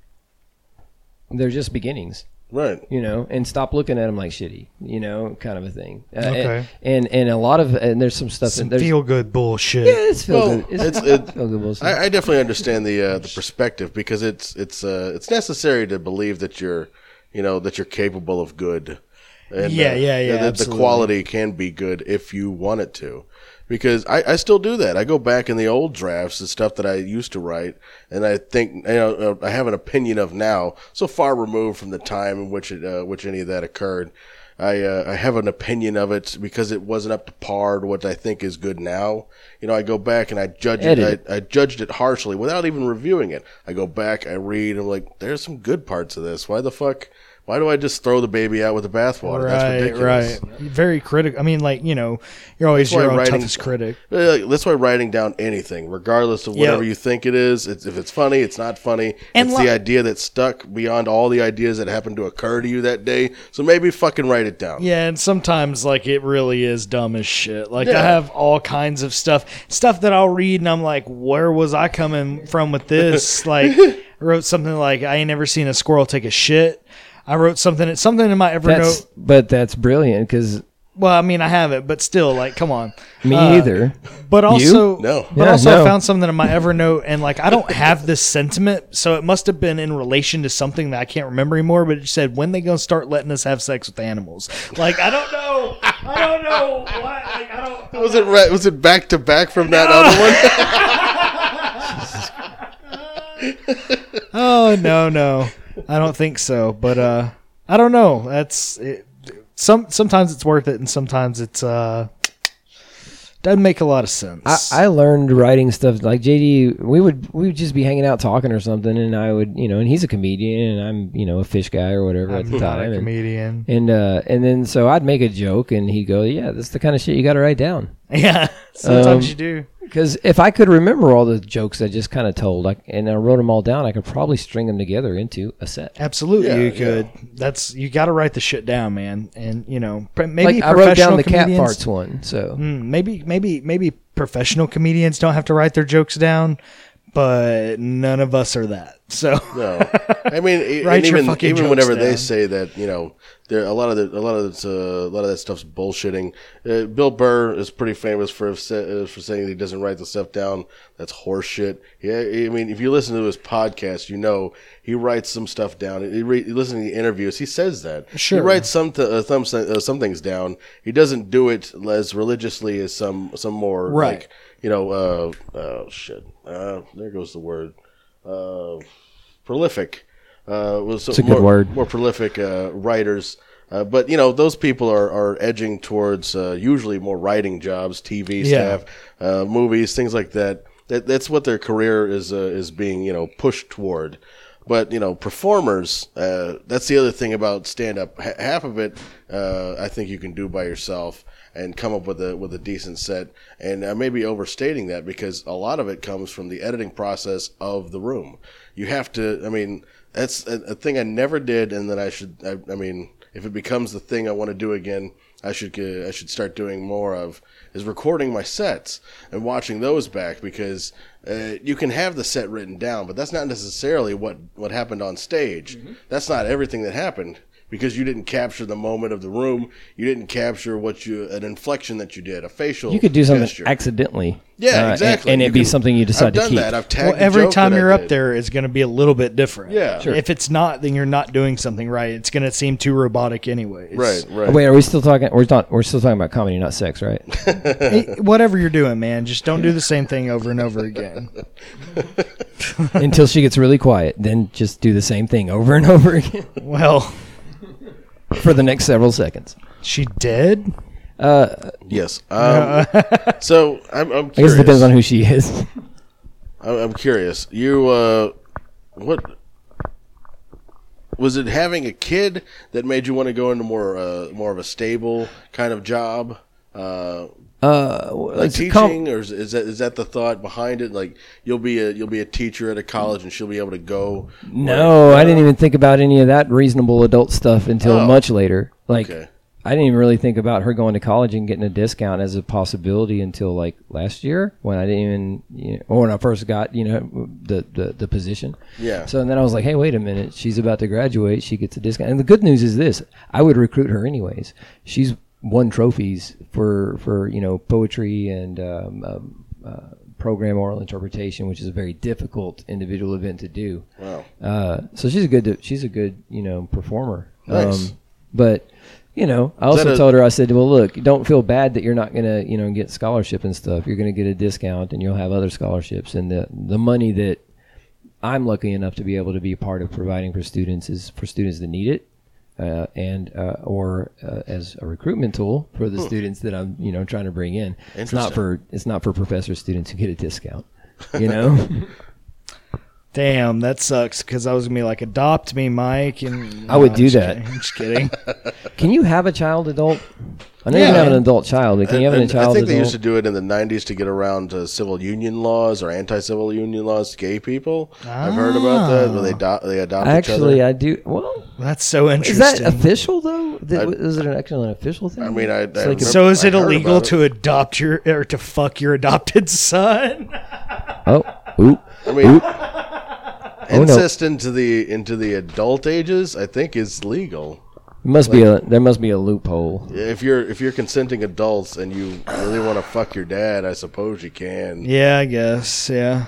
S2: They're just beginnings,
S3: Right.
S2: you know, and stop looking at them like shitty, you know, kind of a thing. Uh,
S1: Okay.
S2: And, and and a lot of and there's some stuff
S1: Some
S2: in there's
S1: feel good bullshit.
S2: yeah, it's feel
S3: Well,
S2: good. It's,
S3: it's- it-
S2: feel good bullshit.
S3: I, I definitely understand the uh, the perspective because it's it's uh, it's necessary to believe that you're you know that you're capable of good. And,
S1: Yeah,
S3: uh,
S1: yeah, yeah,
S3: That the
S1: absolutely.
S3: quality can be good if you want it to, because I, I still do that. I go back in the old drafts and stuff that I used to write, and I think you know uh, I have an opinion of now so far removed from the time in which it uh, which any of that occurred. I uh, I have an opinion of it because it wasn't up to par to what I think is good now. You know, I go back and I judge
S2: Edit
S3: it.
S2: it.
S3: I, I judged it harshly without even reviewing it. I go back, I read, I'm like, there's some good parts of this. Why the fuck? Why do I just throw the baby out with the bathwater? That's
S1: Right,
S3: ridiculous.
S1: right. Very critical. I mean, like you know, you're always
S3: That's why
S1: your own
S3: writing-
S1: toughest critic.
S3: Uh, like, That's why writing down anything, regardless of whatever
S1: Yeah.
S3: you think it is, it's, if it's funny, it's not funny.
S1: And
S3: it's
S1: li-
S3: the idea that stuck beyond all the ideas that happened to occur to you that day. So maybe fucking write it down.
S1: Yeah, and sometimes like it really is dumb as shit. Like I
S3: Yeah.
S1: have all kinds of stuff, stuff that I'll read, and I'm like, where was I coming from with
S3: [laughs]
S1: this? like, I wrote something like, I ain't never seen a squirrel take a shit. I wrote something, something in my
S2: that's
S1: Evernote.
S2: but that's brilliant because
S1: Well, I mean, I have it, but still, like, come on.
S2: me
S1: Uh,
S2: either.
S1: But also,
S3: No.
S1: But
S2: Yeah,
S1: also,
S2: no.
S1: I found something in my Evernote, and like I don't have this sentiment, so it must have been in relation to something that I can't remember anymore. But it said, "When they gonna start letting us have sex with animals?" Like I don't know. I don't know. Why, like, I don't.
S3: Was it re- was it back to back from that
S1: [laughs]
S3: other one?
S1: Oh no, no, I don't think so. But uh, I don't know. That's it. some. Sometimes it's worth it, and sometimes it's uh, doesn't make a lot of sense.
S2: I, I learned writing stuff like JD. We would we would just be hanging out talking or something, and I would you know, and he's a comedian, and I'm you know a fish guy or whatever at
S1: am
S2: the
S1: not a
S2: time. and-
S1: comedian. [laughs]
S2: And uh, and then so I'd make a joke, and he'd go, "Yeah, that's the kind of shit you got to write down."
S1: Yeah, sometimes
S2: Um,
S1: you do.
S2: Because if I could remember all the jokes I just kind of told, I, and I wrote them all down, I could probably string them together into a set.
S1: Absolutely,
S3: Yeah,
S1: you could. That's you got to write the shit down, man. And you know, pr- maybe
S2: like I wrote down
S1: professional
S2: the cat
S1: comedians-
S2: farts one, so
S1: Mm, maybe, maybe, maybe professional comedians don't have to write their jokes down, but none of us are that. So [laughs]
S3: no, I mean, e-
S1: Write
S3: and
S1: your
S3: even
S1: fucking
S3: even
S1: jokes
S3: whenever they
S1: down.
S3: say that, you know, there a lot of the, a lot of it's, uh, a lot of that stuff's bullshitting. Uh, Bill Burr is pretty famous for sa- uh, for saying that he doesn't write the stuff down. That's horseshit. Yeah, I mean, if you listen to his podcast, you know he writes some stuff down. He re- you listen to the interviews, he says that.
S1: Sure.
S3: he writes some th- uh, some uh, some things down. He doesn't do it as religiously as some some more
S1: Right.
S3: Like, you know, uh, oh shit, uh, there goes the word. Uh, prolific. Uh, was
S2: a good
S3: more,
S2: word.
S3: More prolific uh, writers. Uh, but you know those people are, are edging towards uh, usually more writing jobs, TV
S1: Yeah.
S3: staff, uh, movies, things like that. that. That's what their career is uh, is being you know pushed toward. But you know performers, uh, that's the other thing about stand up. H- half of it, uh, I think you can do by yourself and come up with a with a decent set. And I may be overstating that because a lot of it comes from the editing process of the room. You have to. I mean, that's a, a thing I never did, and that I should. I, I mean, if it becomes the thing I want to do again, I should uh, I should start doing more of is recording my sets and watching those back because uh, you can have the set written down, but that's not necessarily what what happened on stage.
S1: Mm-hmm.
S3: That's not everything that happened because you didn't capture the moment of the room. You didn't capture what you an inflection that you did, a facial.
S2: you could do something
S3: gesture.
S2: accidentally. uh,
S3: Yeah,
S2: and-
S3: exactly.
S2: And,
S3: You
S2: it'd be
S3: can-
S2: something you decide
S3: I've done
S2: to keep.
S3: That. I've tagged
S1: well,
S3: the
S1: every
S3: joke
S1: time
S3: that I
S1: you're up
S3: did.
S1: there, it's going to be a little bit different.
S3: Yeah. Sure.
S1: If it's not, then you're not doing something right. It's going to seem too robotic, anyways. [laughs]
S3: right, right.
S2: Oh, Wait, are we still talking? We're not, We're still talking about comedy, not sex,
S3: [laughs]
S2: right?
S1: Hey, whatever you're doing, man, just don't do the same thing over and over
S3: [laughs]
S1: again.
S2: Until she gets really quiet, then just do the same thing over and over again [laughs]
S1: Well,
S2: for the next several seconds.
S1: she did. [laughs]
S3: Yes. Um, so I'm, I'm
S2: I guess
S3: curious.
S2: it depends on who she
S3: [laughs]
S2: is.
S3: I- I'm curious. You, uh, what? was it having a kid that made you want to go into more uh, more of a stable kind of job? Uh,
S2: Uh, well,
S3: like
S2: it's a com-
S3: teaching, or is, is that is that the thought behind it? Like you'll be a you'll be a teacher at a college, and she'll be able to go.
S2: No, I didn't even think about any of that reasonable adult stuff until
S3: uh, Oh.
S2: much later. Like,
S3: Okay.
S2: I didn't even really think about her going to college and getting a discount as a possibility until like last year when I didn't even, you know, or when I first got, you know, the, the, the position.
S3: Yeah.
S2: So and then I was like, hey, wait a minute. She's about to graduate. She gets a discount. And the good news is this I would recruit her anyways. She's won trophies for, for you know, poetry and um, um, uh, program oral interpretation, which is a very difficult individual event to do.
S3: Wow.
S2: Uh, so she's a good she's a good you know performer. Um,
S3: Nice.
S1: um,
S2: but you know, I
S3: Is that
S2: also
S3: a-
S2: told her I said, well, look, don't feel bad that you're not gonna you know get scholarship and stuff. You're gonna get a discount and you'll have other scholarships and the the money that I'm lucky enough to be able to be a part of providing for students is for students that need it. Uh, and uh, or uh, as a recruitment tool for the students that I'm you know trying to bring in. It's not
S3: Hmm. Interesting.
S2: for it's not for professor students who get a discount. You know, [laughs]
S1: Damn, that sucks because I was gonna be like, adopt me, Mike, and
S2: I would
S1: No,
S2: do
S1: just
S2: that.
S1: kidding. I'm just kidding.
S2: Can you have a child adult? I know you
S1: Yeah.
S2: can have an adult child, but can you have an
S3: And I
S2: child
S3: think they used
S2: adult?
S3: to do it in the '90s to get around uh, civil union laws or anti-civil union laws. to Gay people, I've heard about that. Where they
S1: Ah.
S3: do- they adopt each
S2: Actually,
S3: other.
S2: I do. Well,
S1: That's so
S2: is that
S1: interesting.
S2: official though? Did, is it an actually an official thing?
S3: I mean, I, I
S2: like-
S3: remember-
S1: so is
S3: I
S1: it
S3: heard
S1: illegal
S3: about it.
S1: to adopt your or to fuck your adopted son? [laughs]
S2: oh, oop. Oh,
S3: I mean,
S2: [laughs] no.
S3: incest into the into the adult ages, I think, is legal.
S2: It must be a there must be a loophole.
S3: If you're if you're consenting adults and you really want to fuck your dad, I suppose you can.
S1: Yeah, I guess. Yeah.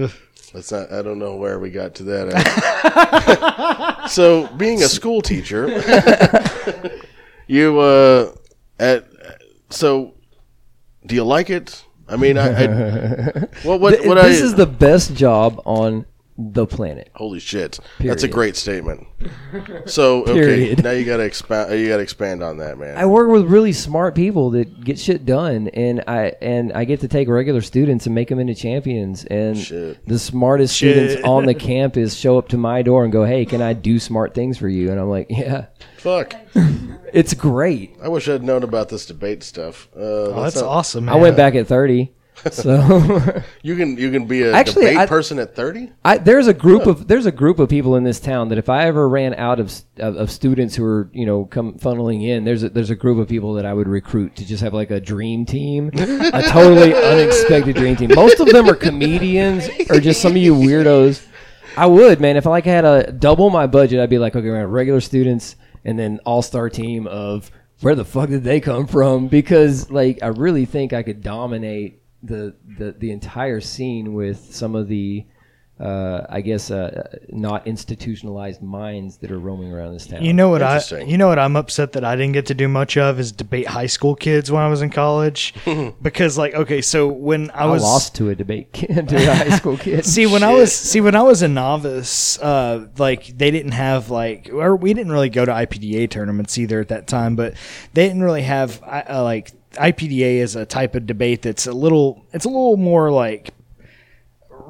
S1: Ugh.
S3: That's not. I don't know where we got to that. [laughs] so, being a school teacher, [laughs] you uh, at so, do you like it? I mean, I, I what what
S2: Th-
S3: what
S2: this
S3: I
S2: is the best job on the planet.
S3: holy shit. That's a
S2: Period.
S3: great statement.
S2: [laughs]
S3: So okay,
S2: Period.
S3: now you gotta expand. You gotta expand on that, man.
S2: I work with really smart people that get shit done, and I and I get to take regular students and make them into champions. And
S3: Shit.
S2: the smartest students on
S3: [laughs]
S2: the campus show up to my door and go, "Hey, can I do smart things for you?" And I'm like, "Yeah,
S3: Fuck.
S2: it's great."
S3: I wish I'd known about this debate stuff. Uh,
S1: Oh, that's
S3: not-
S1: awesome.
S2: I
S1: Man.
S2: went back at
S3: [laughs]
S2: 30. So [laughs]
S3: You can you can be a
S2: Actually,
S3: debate
S2: I-
S3: person at thirty.
S2: I, there's a group of there's a group of people in this town that if I ever ran out of s- of, of students who are you know come funneling in there's a, there's a group of people that I would recruit to just have like a dream team a totally unexpected dream team most of them are comedians or just some of you weirdos I would man if I like had a double my budget I'd be like okay we're gonna have regular students and then all star team of where the fuck did they come from because like I really think I could dominate the the, the entire scene with some of the uh, I guess uh, not institutionalized minds that are roaming around this town.
S1: You know what I?
S3: Interesting.
S1: You know what I'm upset that I didn't get to do much of is debate high school kids when I was in college, because like okay, so when I
S2: I,
S1: was
S2: lost to a debate kid, [laughs] to a high school
S1: [laughs]
S2: kid.
S1: See when I was see when I was a novice, uh, like they didn't have like or we didn't really go to IPDA tournaments either at that time, but they didn't really have I- uh, like IPDA is a type of debate that's a little it's a little more like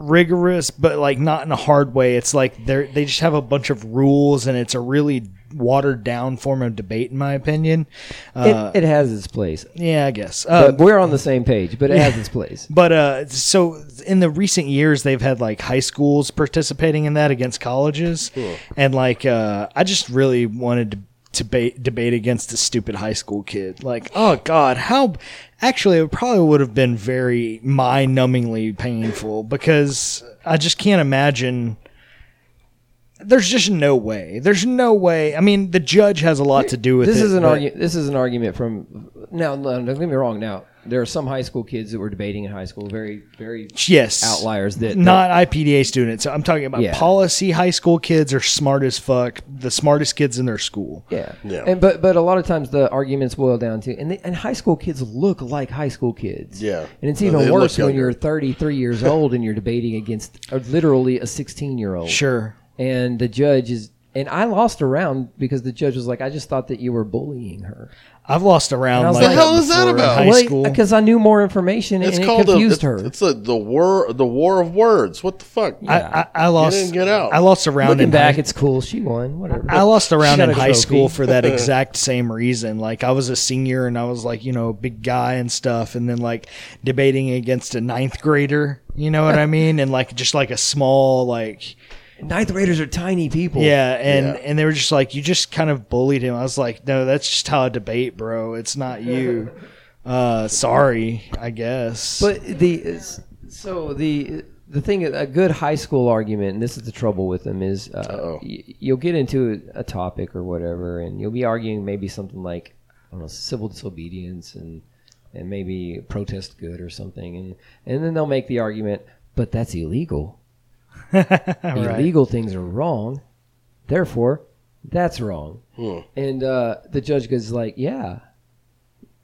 S1: rigorous, but like not in a hard way. It's like they are they just have a bunch of rules, and it's a really watered down form of debate, in my opinion. Uh,
S2: it, it has its place.
S1: yeah, I guess. Uh,
S2: but we're on the same page, but it has its place.
S1: but uh, so in the recent years, they've had like high schools participating in that against colleges, and like uh, I just really wanted to debate debate against a stupid high school kid. Like, oh god, how? Actually, it probably would have been very mind numbingly painful because I just can't imagine. There's just no way. There's no way. I mean, the judge has a lot to do with
S2: This
S1: it,
S2: is an
S1: but-
S2: argument. This is an argument from now. no, Don't get me wrong. Now there are some high school kids that were debating in high school. Very, very
S1: Yes,
S2: outliers that
S1: not IPDA students. I'm talking about
S2: Yeah.
S1: policy. High school kids are smart as fuck. The smartest kids in their school.
S2: Yeah.
S3: Yeah.
S2: And but but a lot of times the arguments boil down to and they, and high school kids look like high school kids.
S3: Yeah.
S2: And it's
S3: No,
S2: even
S3: they look
S2: worse when
S3: younger.
S2: you're 33 years old and you're debating against uh, literally a 16 year old.
S1: Sure.
S2: And the judge is and I lost a round because the judge was like, I just thought that you were bullying her.
S1: I've lost around.
S2: I was
S1: like,
S2: like- The hell
S3: is that
S1: before in
S3: about?
S1: High school.
S2: because I knew more information and it
S3: the
S2: confused
S3: it's,
S2: her.
S3: it's the the war the war of words. What the fuck?
S1: I,
S2: Yeah.
S1: I, I lost.
S3: didn't get out.
S1: I lost around
S2: Looking
S1: in
S2: back,
S1: High,
S2: it's cool. She won. Whatever.
S1: I lost around
S2: She got
S1: in
S2: a
S1: high
S2: trophy.
S1: school for
S3: [laughs]
S1: that exact same reason. Like I was a senior and I was like, you know, big guy and stuff, and then like debating against a ninth grader. You know what I mean? And like just like a small like
S2: Ninth graders are tiny people.
S1: yeah, and
S3: Yeah.
S1: and they were just like, you just kind of bullied him. I was like, no, that's just how I debate, bro. It's
S3: [laughs]
S1: not you. Uh, sorry, I guess.
S2: But the so the the thing a good high school argument, and this is the trouble with them is uh,
S3: Uh-oh.
S2: y- you'll get into a topic or whatever, and you'll be arguing maybe something like I don't know civil disobedience and and maybe protest good or something, and and then they'll make the argument, but that's illegal.
S1: Ah,
S2: Illegal things are wrong, therefore that's wrong.
S3: Hmm.
S2: And uh, the judge goes like, "Yeah,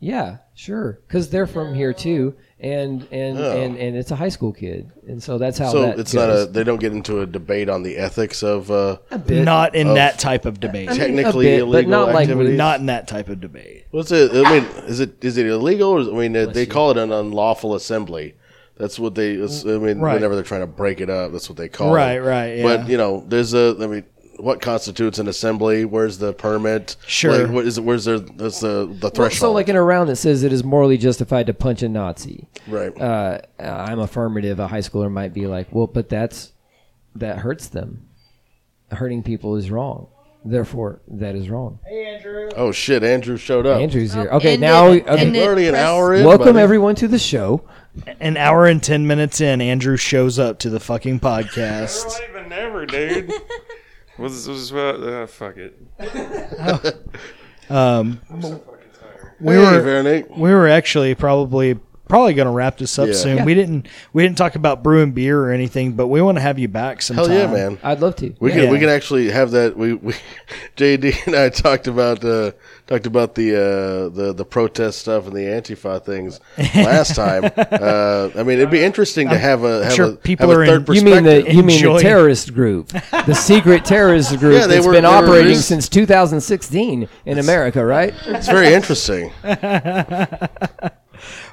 S2: yeah, sure," because they're from here too, and and,
S3: Oh.
S2: and and it's a high school kid, and so that's how.
S3: so
S2: that
S3: it's not a
S2: goes.
S3: they don't get into a debate on the ethics of uh,
S2: a bit.
S1: not in
S3: of-
S1: that type of debate.
S2: mean, a
S3: technically
S2: bit, but
S3: illegal
S2: not like-
S3: activities.
S1: not in that type of debate.
S3: What's it? I mean, is it is it illegal? Or is, I mean, uh, they call it an unlawful assembly. That's what they. it's- I mean,
S1: Right.
S3: whenever they're trying to break it up, that's what they call
S1: Right,
S3: it.
S1: right, yeah.
S3: But you know, there's a. I mean, what constitutes an assembly? Where's the permit?
S1: Sure.
S3: Like, what is it? Where's the that's the the threshold?
S2: So like in a round that says it is morally justified to punch a Nazi.
S3: right.
S2: Uh, I'm affirmative. A high schooler might be like, well, but that's that hurts them. Hurting people is wrong. Therefore, that is wrong.
S3: oh shit! Andrew showed up.
S2: Andrew's here.
S4: Oh,
S2: Okay,
S4: end
S2: now
S4: it,
S2: okay,
S4: end
S3: We're already an
S4: Press-
S3: hour in.
S2: welcome
S3: buddy.
S2: everyone to the show.
S1: An hour and ten minutes in, Andrew shows up to the fucking
S3: [laughs]
S1: podcast.
S5: not even ever, dude. [laughs] was was uh, fuck it.
S1: We
S3: Hey,
S1: were
S3: Veronique.
S1: we were actually probably probably going to wrap this up
S3: Yeah.
S1: soon.
S2: Yeah.
S1: We didn't we didn't talk about brewing beer or anything, but we want to have you back sometime.
S3: Hell yeah, man.
S2: I'd love to.
S3: We
S2: Yeah.
S3: can
S1: Yeah.
S3: we can actually have that. We, we [laughs] JD and I talked about uh, talked about the uh, the the protest stuff and the
S1: [laughs]
S3: Antifa things last time. Uh, I mean, it'd be interesting to have a have
S1: sure
S3: a,
S1: people
S3: have
S1: are
S3: a
S1: in-
S3: third
S2: You mean the
S1: [laughs]
S3: perspective.
S2: you mean the
S1: Enjoy.
S2: terrorist group, the
S1: [laughs]
S2: secret terrorist group
S3: Yeah, they
S2: that's
S3: were-
S2: been
S3: they were
S2: operating
S3: just-
S2: since 2016 in America, right?
S1: [laughs]
S3: It's very interesting.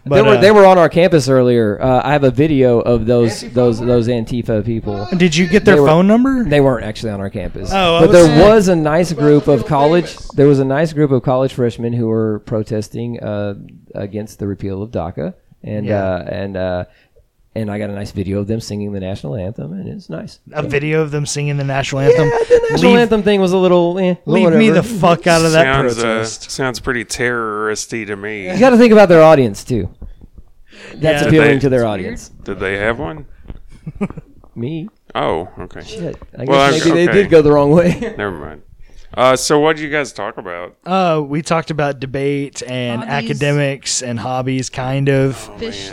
S1: But,
S2: they were
S1: uh,
S2: they were on our campus earlier. Uh, I have a video of those those those Antifa people.
S1: did you get their
S2: they were-
S1: phone number?
S2: They weren't actually on our campus,
S1: Oh, I
S2: but
S1: was
S2: there
S1: saying-
S2: was a nice group of college. There was a nice group of college freshmen who were protesting uh, against the repeal of DACA, and
S1: Yeah.
S2: uh, and uh, and I got a nice video of them singing the national anthem, and it's nice.
S1: a video of them singing the national anthem.
S2: Yeah, the national
S1: leave
S2: anthem thing was a little. Eh, but
S1: leave me the
S2: whatever.
S1: fuck out of that
S5: sounds, uh,
S1: protest.
S5: sounds pretty terroristy to me.
S2: You got to think about their audience too. That's
S1: Yeah.
S2: appealing
S5: They-
S2: to their audience.
S5: [laughs] Did they have one?
S2: Me,
S5: Oh, okay.
S2: shit. I guess
S5: Well, I-
S2: maybe they
S5: okay.
S2: did go the wrong
S5: [laughs]
S2: way.
S5: Never mind. Uh, so what did you guys talk about?
S1: Uh, we talked about debate and
S4: Hobbies.
S1: academics and hobbies, kind of.
S5: Oh,
S4: Fish.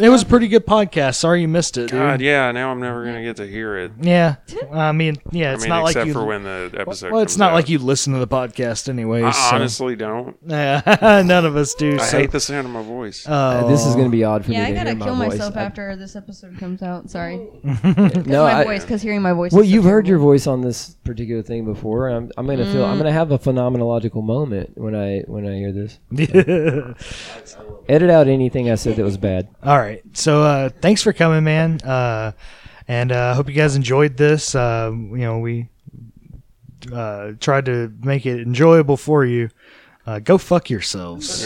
S1: It was a pretty good podcast. Sorry you missed it, dude.
S5: God, yeah. Now I'm never gonna get to hear it.
S1: Yeah, I mean, yeah,
S5: I
S1: it's
S5: mean,
S1: not
S5: except
S1: like you.
S5: for when the episode.
S1: well, it's
S5: comes
S1: not
S5: out.
S1: like you listen to the podcast, anyways.
S5: I
S1: so-
S5: honestly don't.
S1: yeah, [laughs] none of us do.
S5: I
S1: so-
S5: hate the sound of my voice.
S1: Oh.
S2: Uh, this is going to be odd for
S4: Yeah,
S2: me
S4: I
S2: to
S4: gotta
S2: hear my
S4: kill
S2: voice.
S4: myself
S2: I-
S4: after this episode comes out. Sorry,
S2: no,
S4: my
S2: I-
S4: voice, because hearing my voice.
S2: well,
S4: is so
S2: you've heard your
S4: terrible. Mm.
S2: voice on this particular thing before. and I'm, I'm gonna feel. I'm gonna have a phenomenological moment when I when I hear this.
S1: [laughs]
S2: Edit out anything I said that was bad.
S1: All right. So uh, thanks for coming, man. Uh, and uh, I hope you guys enjoyed this. Uh, you know, we uh, tried to make it enjoyable for you. Uh, go fuck yourselves.
S5: yeah,